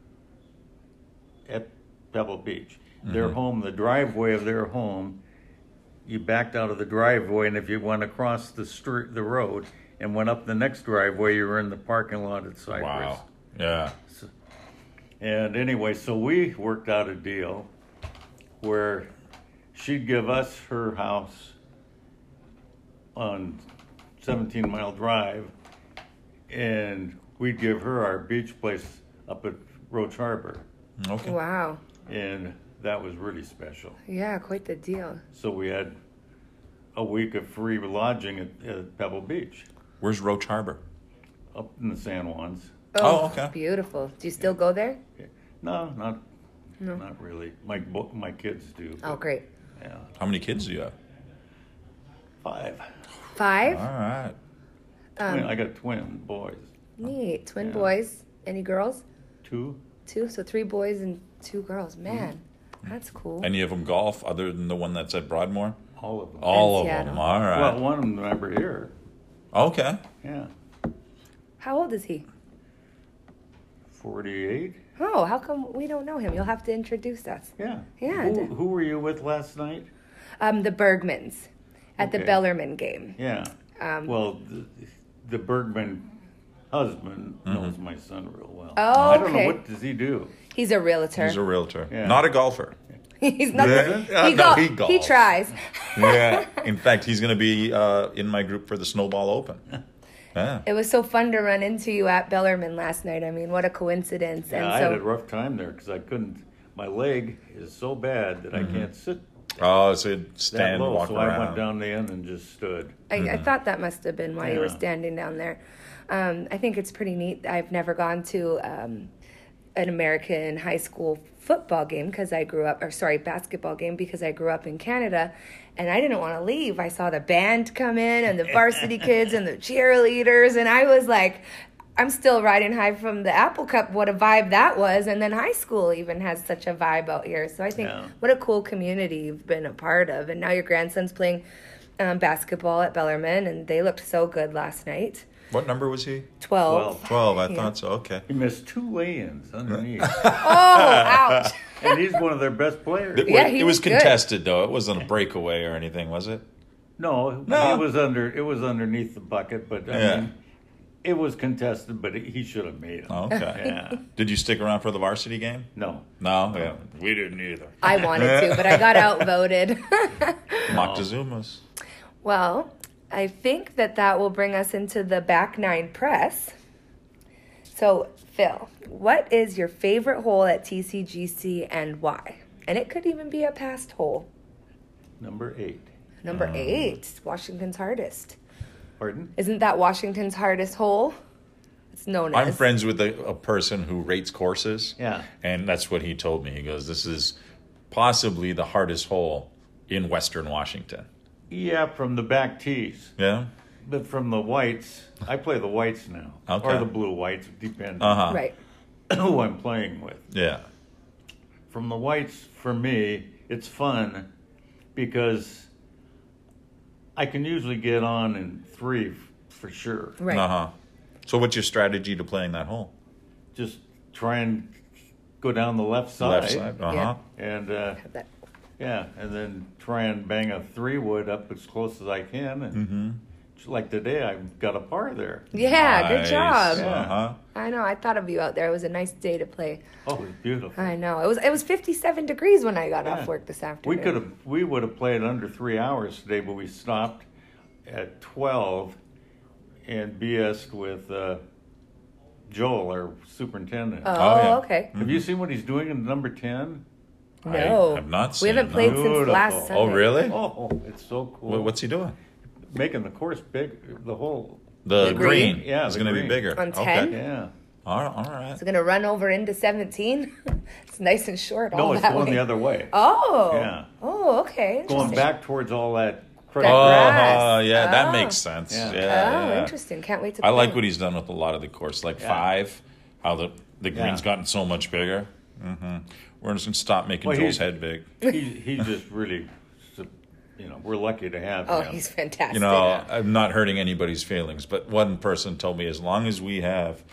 Speaker 2: at Pebble Beach. Their home, the driveway of their home, you backed out of the driveway, and if you went across the street, the road, and went up the next driveway, you were in the parking lot at Cypress.
Speaker 1: Wow. Yeah.
Speaker 2: And anyway, so we worked out a deal where she'd give us her house on 17 Mile Drive, and we'd give her our beach place up at Roach Harbor.
Speaker 1: Okay.
Speaker 3: Wow.
Speaker 2: And that was really special.
Speaker 3: Yeah, quite the deal.
Speaker 2: So we had a week of free lodging at, at Pebble Beach
Speaker 1: Where's Roach Harbor?
Speaker 2: up in the San Juans.
Speaker 1: Oh, okay.
Speaker 3: Beautiful. Do you still go there?
Speaker 2: No, not not really. My bo- my kids do.
Speaker 3: Oh, great.
Speaker 2: Yeah,
Speaker 1: How many kids do you have?
Speaker 2: five.
Speaker 1: All
Speaker 3: Five?
Speaker 1: right.
Speaker 2: Twin- I got twin boys.
Speaker 3: Neat. Twin boys. Any girls?
Speaker 2: Two.
Speaker 3: Two. So three boys and two girls.
Speaker 1: Mm-hmm.
Speaker 3: Man, that's cool.
Speaker 1: Any of them golf other than the one that's at Broadmoor?
Speaker 2: All of them.
Speaker 1: All of
Speaker 3: And
Speaker 1: them.
Speaker 3: Seattle.
Speaker 1: All
Speaker 2: Well,
Speaker 1: right.
Speaker 2: one of them remember here.
Speaker 1: okay.
Speaker 2: Yeah,
Speaker 3: How old is he?
Speaker 2: forty-eight.
Speaker 3: Oh, how come we don't know him? You'll have to introduce us.
Speaker 2: Yeah.
Speaker 3: Yeah,
Speaker 2: Who,
Speaker 3: d-
Speaker 2: who were you with last night?
Speaker 3: Um, the Bergmans at the
Speaker 2: Okay.
Speaker 3: Bellarmine game.
Speaker 2: Yeah.
Speaker 3: Um,
Speaker 2: well, the, the Bergman husband knows my son real well.
Speaker 3: Mm-hmm. Oh,
Speaker 2: I don't know
Speaker 3: okay.
Speaker 2: what does he do.
Speaker 3: He's a realtor.
Speaker 1: He's a realtor.
Speaker 2: Yeah.
Speaker 1: Not a golfer.
Speaker 3: He's not.
Speaker 1: Yeah.
Speaker 3: He,
Speaker 1: Uh, no,
Speaker 3: go-
Speaker 1: he
Speaker 3: he,
Speaker 1: golfs.
Speaker 3: tries.
Speaker 1: yeah. In fact, he's going to be uh, in my group for the Snowball Open. Yeah.
Speaker 3: It was so fun to run into you at Bellarmine last night. I mean, what a coincidence!
Speaker 2: Yeah, I
Speaker 3: and so Mm-hmm.
Speaker 2: had a rough time there because I couldn't. My leg is so bad that I can't sit
Speaker 1: Oh, so you'd
Speaker 2: that
Speaker 1: stand,
Speaker 2: low,
Speaker 1: walk
Speaker 2: so I went
Speaker 1: around.
Speaker 2: down the end and just stood.
Speaker 3: I, I thought that must have been why you were
Speaker 2: Yeah.
Speaker 3: standing down there. Um, I think it's pretty neat. I've never gone to um, an American high school football game because I grew up, or sorry, basketball game because I grew up in Canada, and I didn't want to leave. I saw the band come in and the varsity kids and the cheerleaders, and I was like. I'm still riding high from the Apple Cup. What a vibe that was. And then high school even has such a vibe out here. So I think
Speaker 2: Yeah.
Speaker 3: what a cool community you've been a part of. And now your grandson's playing um, basketball at Bellarmine, and they looked so good last night.
Speaker 1: What number was he?
Speaker 3: 12.
Speaker 1: 12, I
Speaker 3: Yeah.
Speaker 1: thought so. Okay.
Speaker 2: He missed two lay-ins underneath,
Speaker 3: Oh, ouch.
Speaker 2: and he's one of their best players.
Speaker 1: It,
Speaker 3: Yeah,
Speaker 1: wa-
Speaker 3: he
Speaker 1: it was
Speaker 3: was good.
Speaker 1: contested, though. It wasn't a breakaway or anything, was it?
Speaker 2: No,
Speaker 1: No.
Speaker 2: it was under. It was underneath the bucket, but I
Speaker 1: Yeah.
Speaker 2: mean, it was contested. But he should have made it.
Speaker 1: Oh, okay.
Speaker 2: Yeah.
Speaker 1: Did you stick around for the varsity game?
Speaker 2: No.
Speaker 1: No? Yeah. We didn't either.
Speaker 3: I wanted to, but I got outvoted.
Speaker 1: Moctezuma's.
Speaker 3: well, I think that that will bring us into the back nine press. So, Phil, what is your favorite hole at TCGC and why? And it could even be a past hole.
Speaker 2: Number eight.
Speaker 3: Number
Speaker 1: Um,
Speaker 3: eight, Washington's hardest.
Speaker 2: Pardon?
Speaker 3: Isn't that Washington's hardest hole? It's known
Speaker 1: I'm
Speaker 3: as.
Speaker 1: friends with a, a person who rates courses.
Speaker 2: Yeah.
Speaker 1: And that's what he told me. He goes, This is possibly the hardest hole in Western Washington.
Speaker 2: Yeah, E from the back tees,
Speaker 1: Yeah?
Speaker 2: but from the whites. I play the whites now,
Speaker 1: Okay.
Speaker 2: or the blue whites, depending
Speaker 1: Uh huh.
Speaker 3: Right.
Speaker 2: who I'm playing with.
Speaker 1: Yeah.
Speaker 2: from the whites for me it's fun because i can usually get on in three f- for sure
Speaker 3: Right.
Speaker 1: Uh huh. So, what's your strategy to playing that hole?
Speaker 2: just try and go down the left side,
Speaker 1: Left side. Uh huh.
Speaker 3: Oh, Yeah.
Speaker 2: and uh,
Speaker 3: That-
Speaker 2: yeah and then try and bang a three wood up as close as i can and
Speaker 1: Mm-hmm.
Speaker 2: just like today i got a par there
Speaker 3: Yeah, good job.
Speaker 1: Uh huh.
Speaker 3: I know. I thought of you out there. It was a nice day to play.
Speaker 2: oh it was beautiful
Speaker 3: I know. It was it was 57 degrees when I got
Speaker 2: Yeah.
Speaker 3: off work this
Speaker 2: we
Speaker 3: afternoon.
Speaker 2: could have we would have played under three hours today but we stopped at 12 and bs'd with uh, joel our superintendent
Speaker 3: Oh,
Speaker 1: Oh, yeah.
Speaker 3: okay.
Speaker 2: have you seen what he's doing in number 10
Speaker 3: No,
Speaker 1: I have not
Speaker 3: We haven't
Speaker 1: seen-
Speaker 3: played since
Speaker 2: Beautiful.
Speaker 3: last Sunday.
Speaker 1: Oh, really?
Speaker 2: oh it's so cool
Speaker 1: Wha- What's he doing?
Speaker 2: making the course big the whole
Speaker 1: The,
Speaker 3: The
Speaker 1: green.
Speaker 3: green.
Speaker 2: Yeah,
Speaker 1: It's
Speaker 2: the
Speaker 1: going to be
Speaker 2: green.
Speaker 1: bigger.
Speaker 3: On
Speaker 1: Okay.
Speaker 3: 10?
Speaker 2: yeah
Speaker 1: All right. All right.
Speaker 3: It's gonna run over into 17. it's nice and short.
Speaker 2: no
Speaker 3: all
Speaker 2: it's
Speaker 3: that
Speaker 2: going
Speaker 3: way.
Speaker 2: the other way
Speaker 3: Oh.
Speaker 2: Yeah.
Speaker 3: Oh, okay.
Speaker 2: going
Speaker 3: Interesting.
Speaker 2: back towards all that
Speaker 3: That
Speaker 1: Oh,
Speaker 2: crap.
Speaker 3: grass.
Speaker 1: yeah, that
Speaker 3: Oh.
Speaker 1: makes sense. Yeah.
Speaker 2: Yeah.
Speaker 3: Oh,
Speaker 1: yeah.
Speaker 3: interesting. Can't wait to.
Speaker 1: I like
Speaker 3: play.
Speaker 1: what he's done with a lot of the course, like
Speaker 2: Yeah.
Speaker 1: five, how the the green's
Speaker 2: Yeah.
Speaker 1: gotten so much bigger. hmm We're just gonna stop making
Speaker 2: Well,
Speaker 1: Joel's
Speaker 2: he's-
Speaker 1: head big.
Speaker 3: Oh.
Speaker 2: he, he just really you know we're lucky to have
Speaker 3: Oh,
Speaker 2: him
Speaker 3: he's fantastic.
Speaker 1: You know, I'm not hurting anybody's feelings, but one person told me as long as we have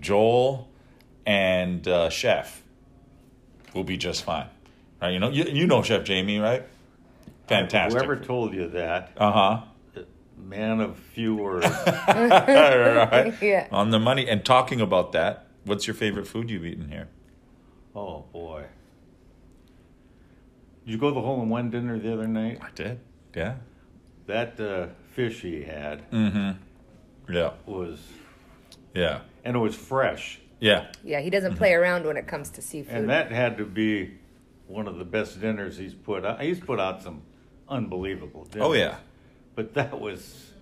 Speaker 1: Joel and uh, Chef, we'll be just fine. Right? You know, you, you know Chef Jamie, right? Fantastic.
Speaker 2: whoever told you that
Speaker 1: Uh huh.
Speaker 2: man of few words.
Speaker 3: yeah.
Speaker 1: On the money. And talking about that, what's your favorite food you've eaten here?
Speaker 2: oh boy. Did you go to the hole in one dinner the other night?
Speaker 1: I did. Yeah.
Speaker 2: That uh, fish he had
Speaker 1: Yeah.
Speaker 2: was,
Speaker 1: Yeah.
Speaker 2: and it was fresh,
Speaker 1: Yeah.
Speaker 3: Yeah. He doesn't play around when it comes to seafood.
Speaker 2: and that had to be one of the best dinners he's put out. He's put out some unbelievable dinners.
Speaker 1: Oh yeah.
Speaker 2: but that was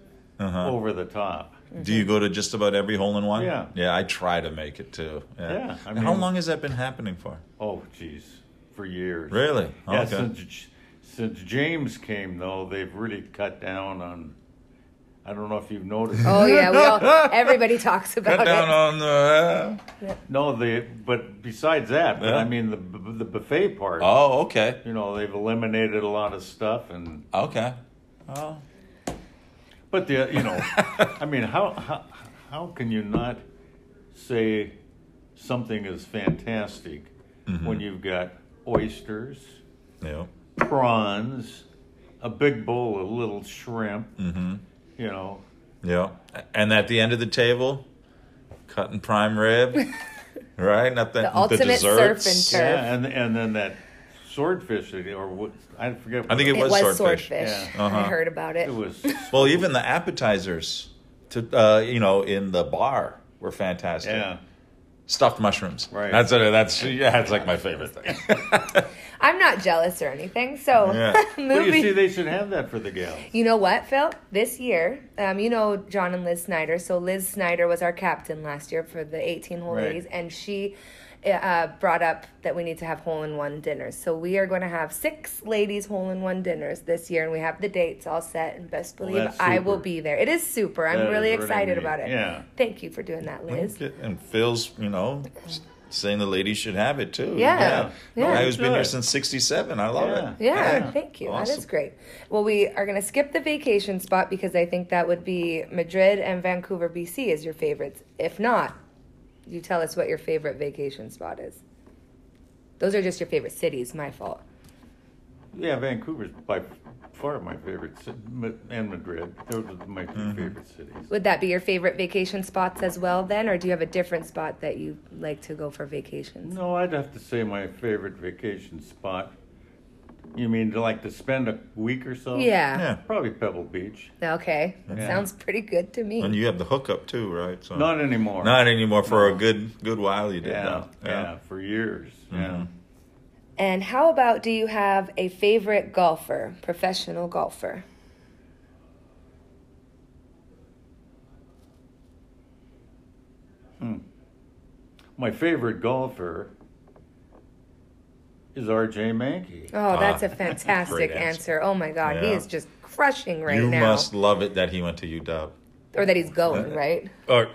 Speaker 2: over the top.
Speaker 1: Do you go to just about every hole in one?
Speaker 2: Yeah.
Speaker 1: Yeah, I try to make it too. Yeah.
Speaker 2: Yeah, I
Speaker 1: And How
Speaker 2: mean-
Speaker 1: long has that been happening for?
Speaker 2: Oh geez, for years.
Speaker 1: Really?
Speaker 2: Yeah,
Speaker 1: Okay.
Speaker 2: since since James came though, they've really cut down on. I don't know if you've noticed.
Speaker 3: oh yeah. We all. Everybody talks about
Speaker 1: Cut down
Speaker 3: it.
Speaker 1: on the.
Speaker 2: No, the but besides that, but
Speaker 1: Yeah.
Speaker 2: I mean the bu- the buffet part.
Speaker 1: Oh, okay.
Speaker 2: You know, they've eliminated a lot of stuff, and
Speaker 1: Okay. Oh.
Speaker 2: but the you know, I mean, how how how can you not say something is fantastic
Speaker 1: Mm-hmm.
Speaker 2: when you've got oysters,
Speaker 1: Yeah.
Speaker 2: prawns, a big bowl of little shrimp,
Speaker 1: Mm-hmm.
Speaker 2: you know,
Speaker 1: Yeah. And at the end of the table, cutting prime rib, right? Not the,
Speaker 3: The ultimate
Speaker 1: desserts.
Speaker 3: surf and turf.
Speaker 2: yeah, and and then that swordfish that- or what I forget.
Speaker 1: I think it
Speaker 3: It
Speaker 1: was,
Speaker 3: was
Speaker 1: swordfish. Uh-huh.
Speaker 3: swordfish.
Speaker 2: Yeah.
Speaker 3: I heard about it.
Speaker 2: it was.
Speaker 1: Well, even the appetizers, to uh, you know, in the bar were fantastic.
Speaker 2: Yeah.
Speaker 1: Stuffed mushrooms. uh,
Speaker 2: Right.
Speaker 1: That's that's yeah. It's like my favorite thing.
Speaker 3: I'm not jealous or anything. So
Speaker 1: Yeah.
Speaker 2: Well, you
Speaker 3: moving.
Speaker 2: see,
Speaker 3: You,
Speaker 2: they should have that for the gals.
Speaker 3: know what, Phil? This year, um, you know John and Liz Snyder. So Liz Snyder was our captain last year for the 18 hole
Speaker 2: Right.
Speaker 3: ladies, and she uh, brought up that we need to have hole in one dinners. So we are going to have six ladies hole in one dinners this year, and we have the dates all set. And best
Speaker 2: Well,
Speaker 3: believe
Speaker 2: that's
Speaker 3: I
Speaker 2: super.
Speaker 3: will be there. It is super. I'm
Speaker 2: That is
Speaker 3: really
Speaker 2: what I
Speaker 3: excited
Speaker 2: mean.
Speaker 3: about it.
Speaker 2: Yeah.
Speaker 3: Thank you for doing that, Liz.
Speaker 1: Okay, And Phil's, you know, s- saying the ladies should have it too.
Speaker 3: Yeah,
Speaker 1: The
Speaker 3: yeah.
Speaker 1: guy who's been here
Speaker 2: Good.
Speaker 1: since 67. I love it.
Speaker 3: Yeah,
Speaker 2: Yeah.
Speaker 3: thank you. That is
Speaker 1: Awesome.
Speaker 3: great. Well, we are going to skip the vacation spot because I think that would be Madrid and Vancouver, BC, is your favorites. If not, you tell us what your favorite vacation spot is. Those are just your favorite cities. My fault.
Speaker 2: Yeah, Vancouver's by far my favorite, ci- Ma- and Madrid. Those are my 2
Speaker 1: Mm-hmm.
Speaker 2: favorite cities.
Speaker 3: Would that be your favorite vacation spots as well, then, or do you have a different spot that you like to go for vacations?
Speaker 2: No, I'd have to say my favorite vacation spot. You mean to like to spend a week or so?
Speaker 3: Yeah.
Speaker 1: Yeah.
Speaker 2: Probably Pebble Beach.
Speaker 3: Okay.
Speaker 2: Oh, Yeah.
Speaker 3: Sounds pretty good to me.
Speaker 1: And you have the hookup too, right? So
Speaker 2: Not anymore.
Speaker 1: Not anymore for a good good while you did
Speaker 2: yeah,
Speaker 1: though.
Speaker 2: yeah, for years.
Speaker 1: Mm-hmm.
Speaker 2: Yeah.
Speaker 3: and how about do you have a favorite golfer, professional golfer?
Speaker 2: My favorite golfer is R.J. Mankey.
Speaker 3: Oh, that's
Speaker 1: Ah,
Speaker 3: a fantastic
Speaker 1: great
Speaker 3: answer.
Speaker 1: answer.
Speaker 3: Oh my God, he
Speaker 1: Yeah.
Speaker 3: is just crushing right
Speaker 1: You
Speaker 3: now,
Speaker 1: must Uh, love it that he went to UW.
Speaker 3: or that he's going right.
Speaker 2: Oh,
Speaker 1: Or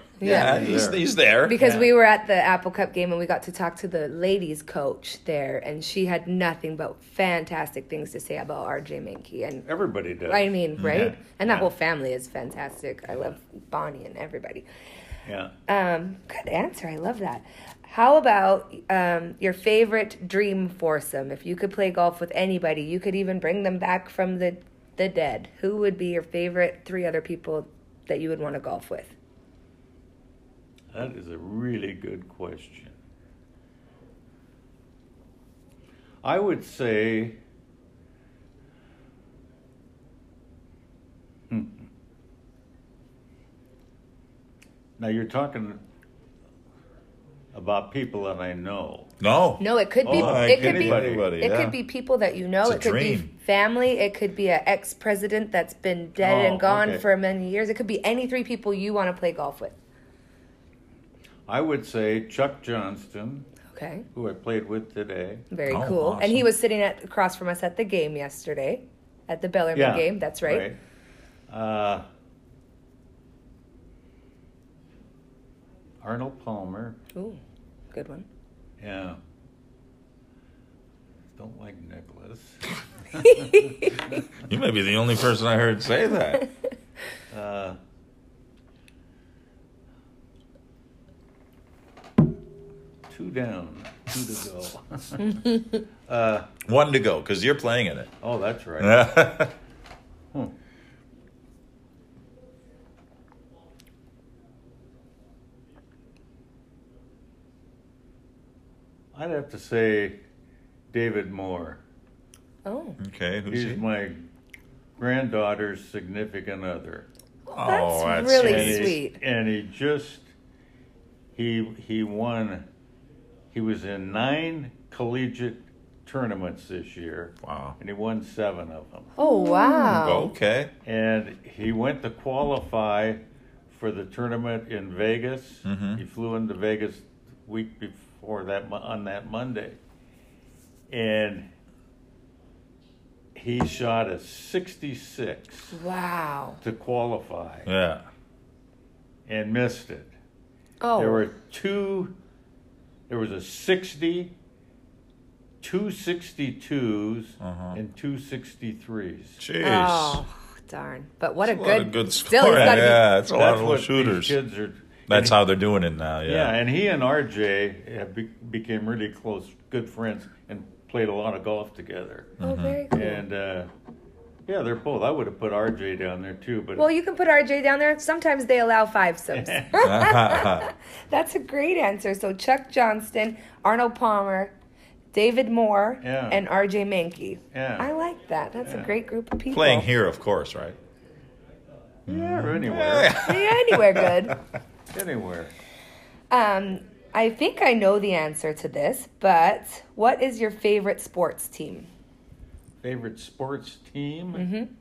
Speaker 1: yeah,
Speaker 3: Yeah.
Speaker 1: he's, he's there.
Speaker 3: Because
Speaker 2: Yeah.
Speaker 3: we were at the Apple Cup game and we got to talk to the ladies' coach there, and she had nothing but fantastic things to say about R.J. Mankey. And
Speaker 2: Everybody does.
Speaker 3: I mean, right?
Speaker 1: Mm-hmm. Yeah.
Speaker 3: And that
Speaker 2: Yeah.
Speaker 3: whole family is fantastic. I love Bonnie and everybody.
Speaker 2: Yeah.
Speaker 3: Um, good answer. I love that. How about um, your favorite dream foursome? If you could play golf with anybody, you could even bring them back from the the dead. Who would be your favorite three other people that you would want to golf with?
Speaker 2: That is a really good question. I would say. Hmm. Now you're talking about people that I know.
Speaker 1: no.
Speaker 3: No, it could be
Speaker 2: Oh,
Speaker 3: it could be
Speaker 2: anybody.
Speaker 3: it
Speaker 1: yeah.
Speaker 3: could be people that you know.
Speaker 1: It's a
Speaker 3: it could
Speaker 1: dream.
Speaker 3: be family. It could be an ex president that's been dead
Speaker 2: Oh,
Speaker 3: and gone
Speaker 2: okay.
Speaker 3: for many years. It could be any three people you want to play golf with.
Speaker 2: I would say Chuck Johnston,
Speaker 3: Okay,
Speaker 2: who I played with today.
Speaker 3: very
Speaker 1: Oh,
Speaker 3: cool. And he
Speaker 1: awesome.
Speaker 3: was sitting at across from us at the game yesterday, at the Bellarmine game. That's right.
Speaker 2: right. Uh, Arnold Palmer.
Speaker 3: Ooh, good one.
Speaker 2: Yeah. Don't like Nicholas.
Speaker 1: You may be the only person I heard say that.
Speaker 2: Uh, two down, two to go. Uh,
Speaker 1: One to go because you're playing in it.
Speaker 2: oh, that's right.
Speaker 1: Yeah.
Speaker 2: Hmm. I'd have to say David Moore.
Speaker 3: Oh,
Speaker 1: okay, who's
Speaker 2: He's
Speaker 1: he?
Speaker 2: my granddaughter's significant other.
Speaker 1: oh,
Speaker 3: That's
Speaker 1: that's
Speaker 3: really
Speaker 1: right.
Speaker 2: he-
Speaker 3: sweet.
Speaker 2: and he just he he won he was in nine collegiate tournaments this year
Speaker 1: Wow.
Speaker 2: and he won seven of them.
Speaker 3: oh wow.
Speaker 1: Okay.
Speaker 2: And he went to qualify for the tournament in Vegas.
Speaker 1: Mm-hmm.
Speaker 2: He flew into Vegas week before that mo- on that Monday, and he shot a 66
Speaker 3: Wow.
Speaker 2: to qualify
Speaker 1: Yeah.
Speaker 2: and missed it.
Speaker 3: Oh,
Speaker 2: There were two. There was a 60, two 62s,
Speaker 1: Uh-huh.
Speaker 2: and two 63s.
Speaker 1: Jeez.
Speaker 3: oh, darn. But what a
Speaker 1: That's a lot
Speaker 3: good,
Speaker 1: of good
Speaker 3: still, he's
Speaker 1: scoring.
Speaker 3: gotta
Speaker 1: Yeah, it's a lot
Speaker 2: That's
Speaker 1: of
Speaker 2: what
Speaker 1: little
Speaker 2: these
Speaker 1: shooters.
Speaker 2: kids are.
Speaker 1: That's how they're doing it now.
Speaker 2: Yeah,
Speaker 1: Yeah.
Speaker 2: and he and RJ have be, became really close, good friends, and played a lot of golf together.
Speaker 3: be. Oh, very cool.
Speaker 2: And uh, yeah, they're both. I would have put RJ down there too, but
Speaker 3: Well, you can put RJ down there. Sometimes they allow five subs. That's a great answer. So Chuck Johnston, Arnold Palmer, David Moore,
Speaker 2: Yeah.
Speaker 3: and RJ Mankey.
Speaker 2: Yeah.
Speaker 3: I like that. That's a
Speaker 2: Yeah.
Speaker 3: great group of people.
Speaker 1: Playing here, of course, right?
Speaker 2: yeah, or anywhere,
Speaker 3: Anywhere good.
Speaker 2: anywhere.
Speaker 3: Um, I think I know the answer to this, but what is your favorite sports team?
Speaker 2: Favorite sports team?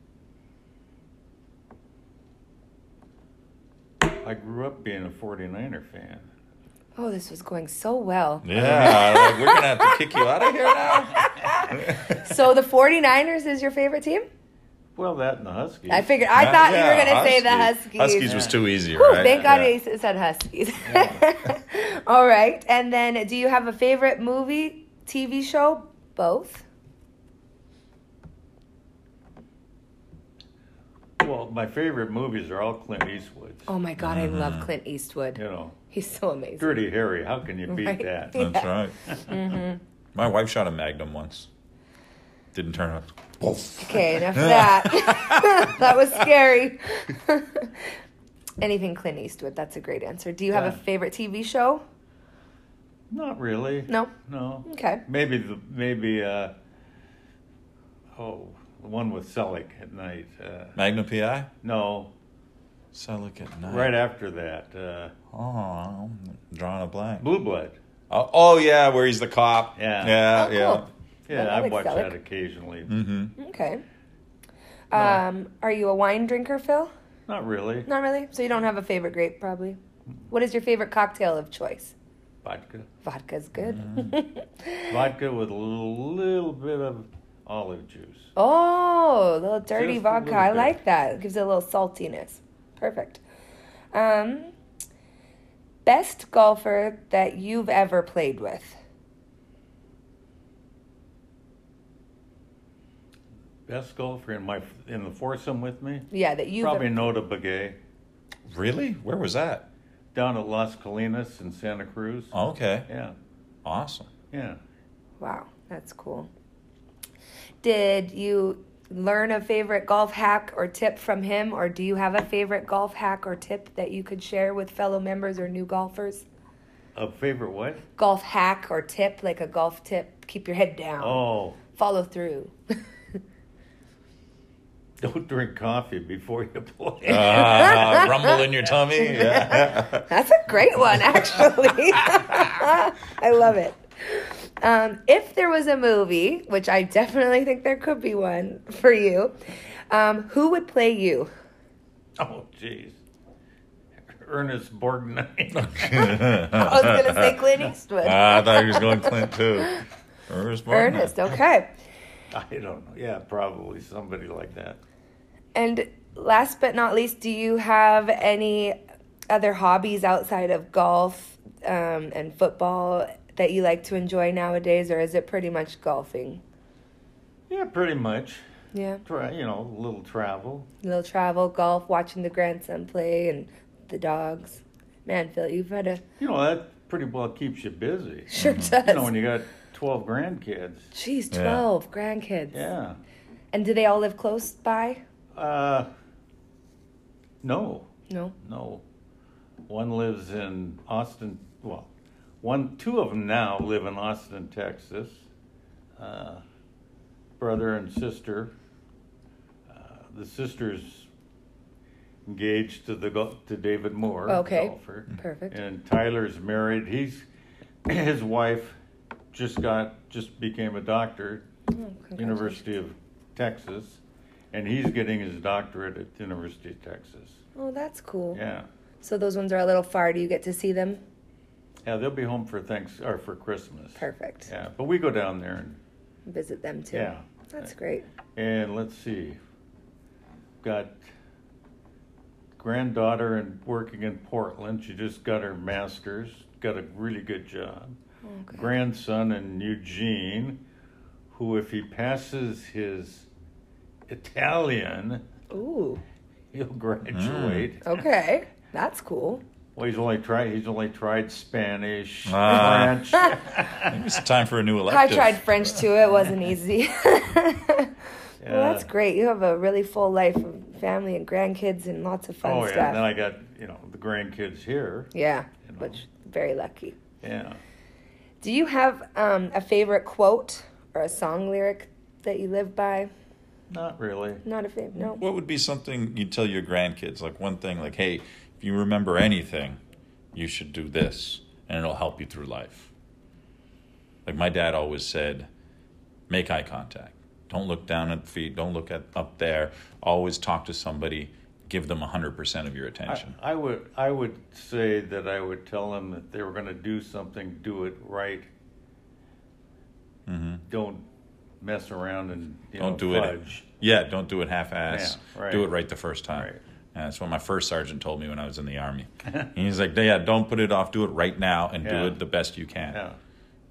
Speaker 3: Mm-hmm.
Speaker 2: I grew up being a 49er fan.
Speaker 3: Oh, this was going so well.
Speaker 1: Yeah, like, we're gonna have to kick you out of here now.
Speaker 3: So the 49ers is your favorite team?
Speaker 2: Well, that and the Huskies.
Speaker 3: I figured I
Speaker 1: Uh,
Speaker 3: thought you were
Speaker 1: yeah,
Speaker 3: going to say the
Speaker 1: Huskies.
Speaker 3: Huskies.
Speaker 1: Huskies was too easy,
Speaker 3: Whew,
Speaker 1: right?
Speaker 3: thank God
Speaker 1: Yeah.
Speaker 3: he s- said Huskies. All right. And then do you have a favorite movie, TV show? Both.
Speaker 2: well, my favorite movies are all Clint Eastwood's.
Speaker 3: Oh my God, I
Speaker 1: Mm-hmm.
Speaker 3: love Clint Eastwood.
Speaker 2: You know,
Speaker 3: He's so amazing.
Speaker 2: Dirty Harry. How can you beat
Speaker 3: Right.
Speaker 2: that?
Speaker 3: Mm-hmm. Yeah.
Speaker 1: That's right. My wife shot a Magnum once. Didn't turn out.
Speaker 3: Okay, enough of that. that was scary. Anything Clint Eastwood. That's a great answer. Do you have a
Speaker 2: Yeah.
Speaker 3: favorite TV show?
Speaker 2: Not really.
Speaker 3: No.
Speaker 2: No.
Speaker 3: Okay.
Speaker 2: Maybe the maybe uh oh the one with Selick at night. Uh,
Speaker 1: Magnum PI.
Speaker 2: no,
Speaker 1: Selick at night.
Speaker 2: right after that, uh,
Speaker 1: Oh, I'm drawing a blank.
Speaker 2: Blue Blood.
Speaker 1: Oh, oh yeah, where he's the cop.
Speaker 2: Yeah.
Speaker 1: Yeah. Mm-hmm.
Speaker 3: Oh,
Speaker 1: Uh, yeah.
Speaker 3: cool.
Speaker 2: Yeah,
Speaker 3: I
Speaker 2: I
Speaker 3: like
Speaker 2: watch
Speaker 3: Selleck.
Speaker 2: that occasionally.
Speaker 1: Mm.
Speaker 3: Okay. Um, are you a wine drinker, Phil?
Speaker 2: Not really.
Speaker 3: Not really. So you don't have a favorite grape, probably. What is your favorite cocktail of choice?
Speaker 2: Vodka.
Speaker 3: Vodka's good.
Speaker 2: Vodka with a little, little bit of olive juice.
Speaker 3: oh, a little dirty
Speaker 2: Just a
Speaker 3: vodka.
Speaker 2: little
Speaker 3: I
Speaker 2: bit.
Speaker 3: like that. It gives it a little saltiness. Perfect. Um, best golfer that you've ever played with?
Speaker 2: Best golfer in my in the foursome with me.
Speaker 3: Yeah, that you've
Speaker 2: Probably Nota Begay
Speaker 1: Really? Where was that?
Speaker 2: down at Las Colinas in Santa Cruz.
Speaker 1: Oh. Okay.
Speaker 2: Yeah,
Speaker 1: Awesome.
Speaker 2: yeah.
Speaker 3: Wow, that's cool. Did you learn a favorite golf hack or tip from him, or do you have a favorite golf hack or tip that you could share with fellow members or new golfers?
Speaker 2: A favorite what?
Speaker 3: Golf hack or tip, like a golf tip, keep your head down,
Speaker 2: Oh,
Speaker 3: follow through.
Speaker 2: don't drink coffee before you play.
Speaker 1: Uh, rumble in your tummy. Yeah.
Speaker 3: That's a great one, actually. I love it. Um, if there was a movie, which I definitely think there could be one for you, um, who would play you?
Speaker 2: Oh, jeez. Ernest Borgnine.
Speaker 3: I was going to say Clint Eastwood.
Speaker 1: Ah, Uh, I thought he was going Clint too. Ernest. Borgnine.
Speaker 3: Ernest, okay.
Speaker 2: I don't know. Yeah, probably somebody like that.
Speaker 3: And last but not least, do you have any other hobbies outside of golf um, and football that you like to enjoy nowadays, or is it pretty much golfing?
Speaker 2: Yeah, pretty much.
Speaker 3: Yeah,
Speaker 2: Try, you know, a little travel.
Speaker 3: a little travel, golf, watching the grandson play, and the dogs. Man, Phil, you've had a
Speaker 2: You know, that pretty well keeps you busy.
Speaker 3: sure does.
Speaker 2: Mm-hmm. You know, when you got 12 grandkids.
Speaker 3: Jeez,
Speaker 1: Yeah.
Speaker 3: twelve grandkids.
Speaker 2: Yeah.
Speaker 3: And do they all live close by?
Speaker 2: Uh, no,
Speaker 3: No.
Speaker 2: no. One lives in Austin. Well, one, two of them now live in Austin, Texas. Uh, brother and sister. Uh, the sister's engaged to the go- to David Moore,
Speaker 3: Okay.
Speaker 2: golfer.
Speaker 3: Perfect.
Speaker 2: And Tyler's married. He's his wife just got just became a doctor
Speaker 3: Oh, congratulations.
Speaker 2: University of Texas, and he's getting his doctorate at University of Texas.
Speaker 3: Oh, that's cool.
Speaker 2: Yeah,
Speaker 3: So those ones are a little far. Do you get to see them?
Speaker 2: yeah, they'll be home for thanks or for Christmas.
Speaker 3: Perfect.
Speaker 2: Yeah, but we go down there and
Speaker 3: Visit them too.
Speaker 2: yeah,
Speaker 3: That's great.
Speaker 2: and let's see, got granddaughter and working in Portland. She just got her master's, got a really good job.
Speaker 3: Okay.
Speaker 2: grandson and Eugene, who, if he passes his Italian,
Speaker 3: Ooh.
Speaker 2: he'll
Speaker 3: Mm.
Speaker 2: graduate.
Speaker 3: Okay. That's cool.
Speaker 2: Well, he's only tried. He's only tried Spanish,
Speaker 1: Ah.
Speaker 2: French.
Speaker 1: Maybe it's time for a new
Speaker 3: I
Speaker 1: elective.
Speaker 3: tried French too. It wasn't easy. Well, that's
Speaker 2: Yeah.
Speaker 3: great. You have a really full life of family and grandkids and lots of fun
Speaker 2: Oh
Speaker 3: stuff.
Speaker 2: yeah. And then I got you know the grandkids here.
Speaker 3: yeah,
Speaker 2: You know.
Speaker 3: which very lucky.
Speaker 2: Yeah.
Speaker 3: Do you have um, a favorite quote or a song lyric that you live by?
Speaker 2: Not really.
Speaker 3: Not a favorite. No.
Speaker 1: What would be something you'd tell your grandkids? Like one thing, like, hey, if you remember anything, you should do this. and it'll help you through life. Like my dad always said, make eye contact. Don't look down at feet. Don't look at up there. Always talk to somebody. Give them 100% of your attention.
Speaker 2: I would, I would say that I would tell them that they were going to do something, do it right. Don't mess around and
Speaker 1: Mm-hmm.
Speaker 2: you
Speaker 1: don't
Speaker 2: know,
Speaker 1: do
Speaker 2: fudge.
Speaker 1: it. Yeah, don't do it half-ass.
Speaker 2: Yeah, right.
Speaker 1: Do it right the first time.
Speaker 2: Right.
Speaker 1: And that's what my first sergeant told me when I was in the army. He's like, "Yeah, don't put it off. Do it right now and
Speaker 2: Yeah.
Speaker 1: do it the best you can."
Speaker 2: Yeah.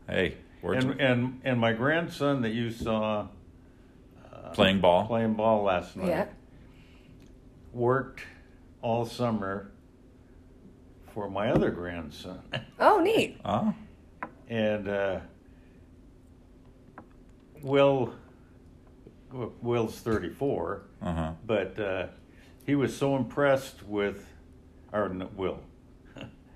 Speaker 1: Hey, we're
Speaker 2: And, and and my grandson that you saw uh,
Speaker 1: playing ball.
Speaker 2: playing ball last night
Speaker 3: Yeah.
Speaker 2: worked all summer for my other grandson,
Speaker 3: Oh, neat.
Speaker 1: Oh,
Speaker 2: and uh, Will Will's thirty four.
Speaker 1: uh huh.
Speaker 2: but uh, he was so impressed with, or no, Will.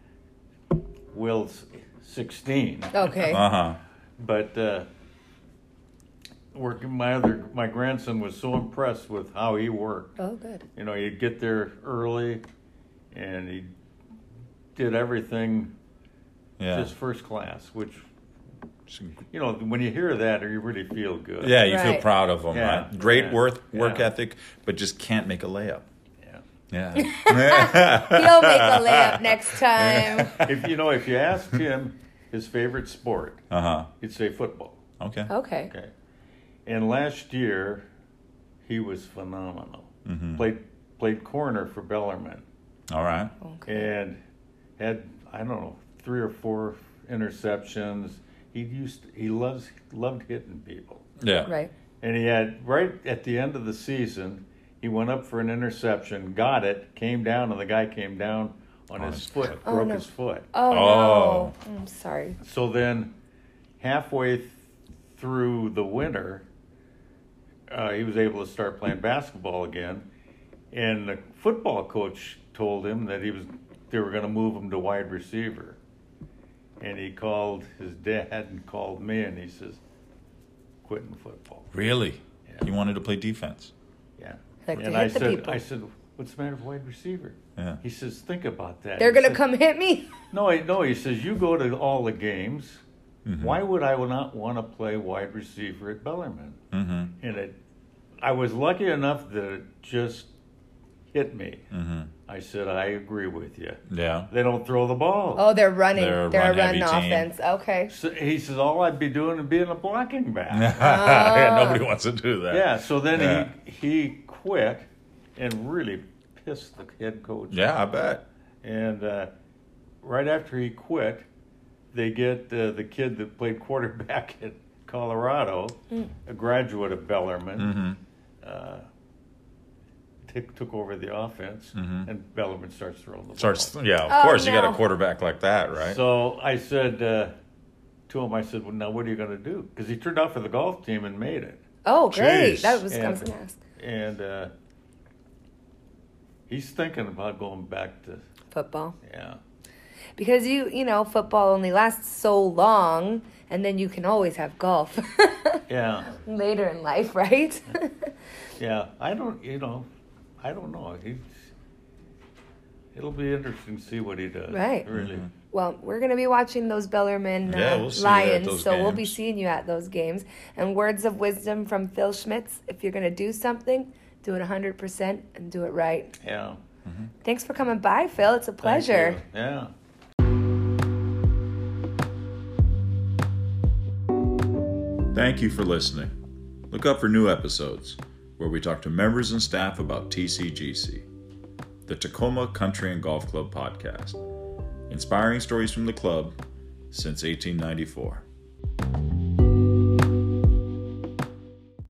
Speaker 2: Will's 16,
Speaker 3: Okay.
Speaker 1: Uh huh.
Speaker 2: but uh, working my other my grandson was so impressed with how he worked.
Speaker 3: oh, good.
Speaker 2: You know, he'd get there early, and he did everything
Speaker 1: Yeah.
Speaker 2: just first class. Which
Speaker 1: Just-
Speaker 2: you know, when you hear that, you really feel good.
Speaker 1: Yeah, you feel
Speaker 3: Right.
Speaker 1: proud of them.
Speaker 2: Yeah.
Speaker 1: Right? Great
Speaker 2: Yeah.
Speaker 1: worth work
Speaker 2: Yeah.
Speaker 1: ethic, but just can't make a layup.
Speaker 2: Yeah.
Speaker 1: Yeah.
Speaker 3: He'll make a layup next time.
Speaker 2: If you know, if you asked him his favorite sport,
Speaker 1: uh huh.
Speaker 2: he'd say football.
Speaker 1: Okay.
Speaker 3: Okay.
Speaker 2: Okay. And last year, he was phenomenal. Played played corner for Bellarmine
Speaker 1: All right.
Speaker 3: Okay.
Speaker 2: and had I don't know three or four interceptions. He used he loves loved hitting people.
Speaker 1: Yeah.
Speaker 3: Right.
Speaker 2: And he had right at the end of the season, he went up for an interception, got it, came down, and the guy came down on,
Speaker 1: On
Speaker 2: his,
Speaker 1: his
Speaker 2: foot,
Speaker 1: foot.
Speaker 3: Oh,
Speaker 2: broke
Speaker 3: no.
Speaker 2: his foot.
Speaker 3: Oh,
Speaker 1: Oh.
Speaker 3: no. I'm sorry.
Speaker 2: So then, halfway th- through the winter, uh, he was able to start playing basketball again, and the football coach told him that he was they were going to move him to wide receiver, and he called his dad and called me, and he says, "Quitting football."
Speaker 1: Really?
Speaker 2: Yeah.
Speaker 1: You wanted to play defense.
Speaker 2: Yeah.
Speaker 3: Like to
Speaker 2: and I
Speaker 3: hit the
Speaker 2: said,
Speaker 3: people.
Speaker 2: I said, "What's the matter with wide receiver?"
Speaker 1: Yeah.
Speaker 2: He says, "Think about that."
Speaker 3: They're
Speaker 2: He
Speaker 3: going to
Speaker 2: said-
Speaker 3: come hit me.
Speaker 2: no, he, no, he says, you go to all the games.
Speaker 1: Mm-hmm.
Speaker 2: Why would I not want to play wide receiver at Bellarmine?
Speaker 1: Mm-hmm.
Speaker 2: And it, I was lucky enough that it just hit me.
Speaker 1: Mm-hmm.
Speaker 2: I said, I agree with you.
Speaker 1: Yeah.
Speaker 2: They don't throw the ball.
Speaker 3: Oh, they're running.
Speaker 1: They're
Speaker 3: They're,
Speaker 1: a
Speaker 3: a run
Speaker 1: run-heavy team.
Speaker 3: offense. Okay.
Speaker 2: So he says, all I'd be doing would be in a blocking back.
Speaker 3: Oh.
Speaker 1: yeah. Nobody wants to do that.
Speaker 2: yeah, so then
Speaker 1: Yeah.
Speaker 2: He, he quit and really pissed the head coach
Speaker 1: Yeah, I bet.
Speaker 2: And uh, right after he quit, they get uh, the kid that played quarterback at Colorado,
Speaker 3: Mm.
Speaker 2: a graduate of Bellarmine,
Speaker 1: Mm-hmm.
Speaker 2: uh, took, took over the offense, and Bellarmine starts throwing the
Speaker 1: Mm-hmm. Starts.
Speaker 2: ball.
Speaker 1: Yeah. Of
Speaker 3: Oh,
Speaker 1: course, you got
Speaker 3: no.
Speaker 1: a quarterback like that, right?
Speaker 2: So I said uh, to him, I said, well, now what are you going to do? Because he turned out for the golf team and made it.
Speaker 3: Oh, great.
Speaker 1: Jeez.
Speaker 3: That was, I was
Speaker 2: Yeah.
Speaker 3: going to ask.
Speaker 2: And uh, he's thinking about going back to,
Speaker 3: Football.
Speaker 2: yeah.
Speaker 3: Because you, you know, football only lasts so long, and then you can always have golf
Speaker 2: Yeah.
Speaker 3: later in life, right?
Speaker 2: Yeah, I don't, you know, I don't know. He's, it'll be interesting to see what he does.
Speaker 3: Right.
Speaker 2: Really.
Speaker 3: well, we're going to be watching those Bellarmine uh,
Speaker 1: Yeah, we'll see you at
Speaker 3: Lions,
Speaker 1: those
Speaker 3: so we'll be
Speaker 1: games.
Speaker 3: seeing you at those games. And words of wisdom from Phil Schmitz if you're going to do something, do it 100% and do it right.
Speaker 2: Yeah.
Speaker 3: Thanks for coming by, Phil. It's a
Speaker 2: Thank you.
Speaker 3: pleasure.
Speaker 2: Yeah.
Speaker 1: Thank you for listening. Look up for new episodes where we talk to members and staff about TCGC, the Tacoma Country and Golf Club podcast. Inspiring stories from the club since 1894.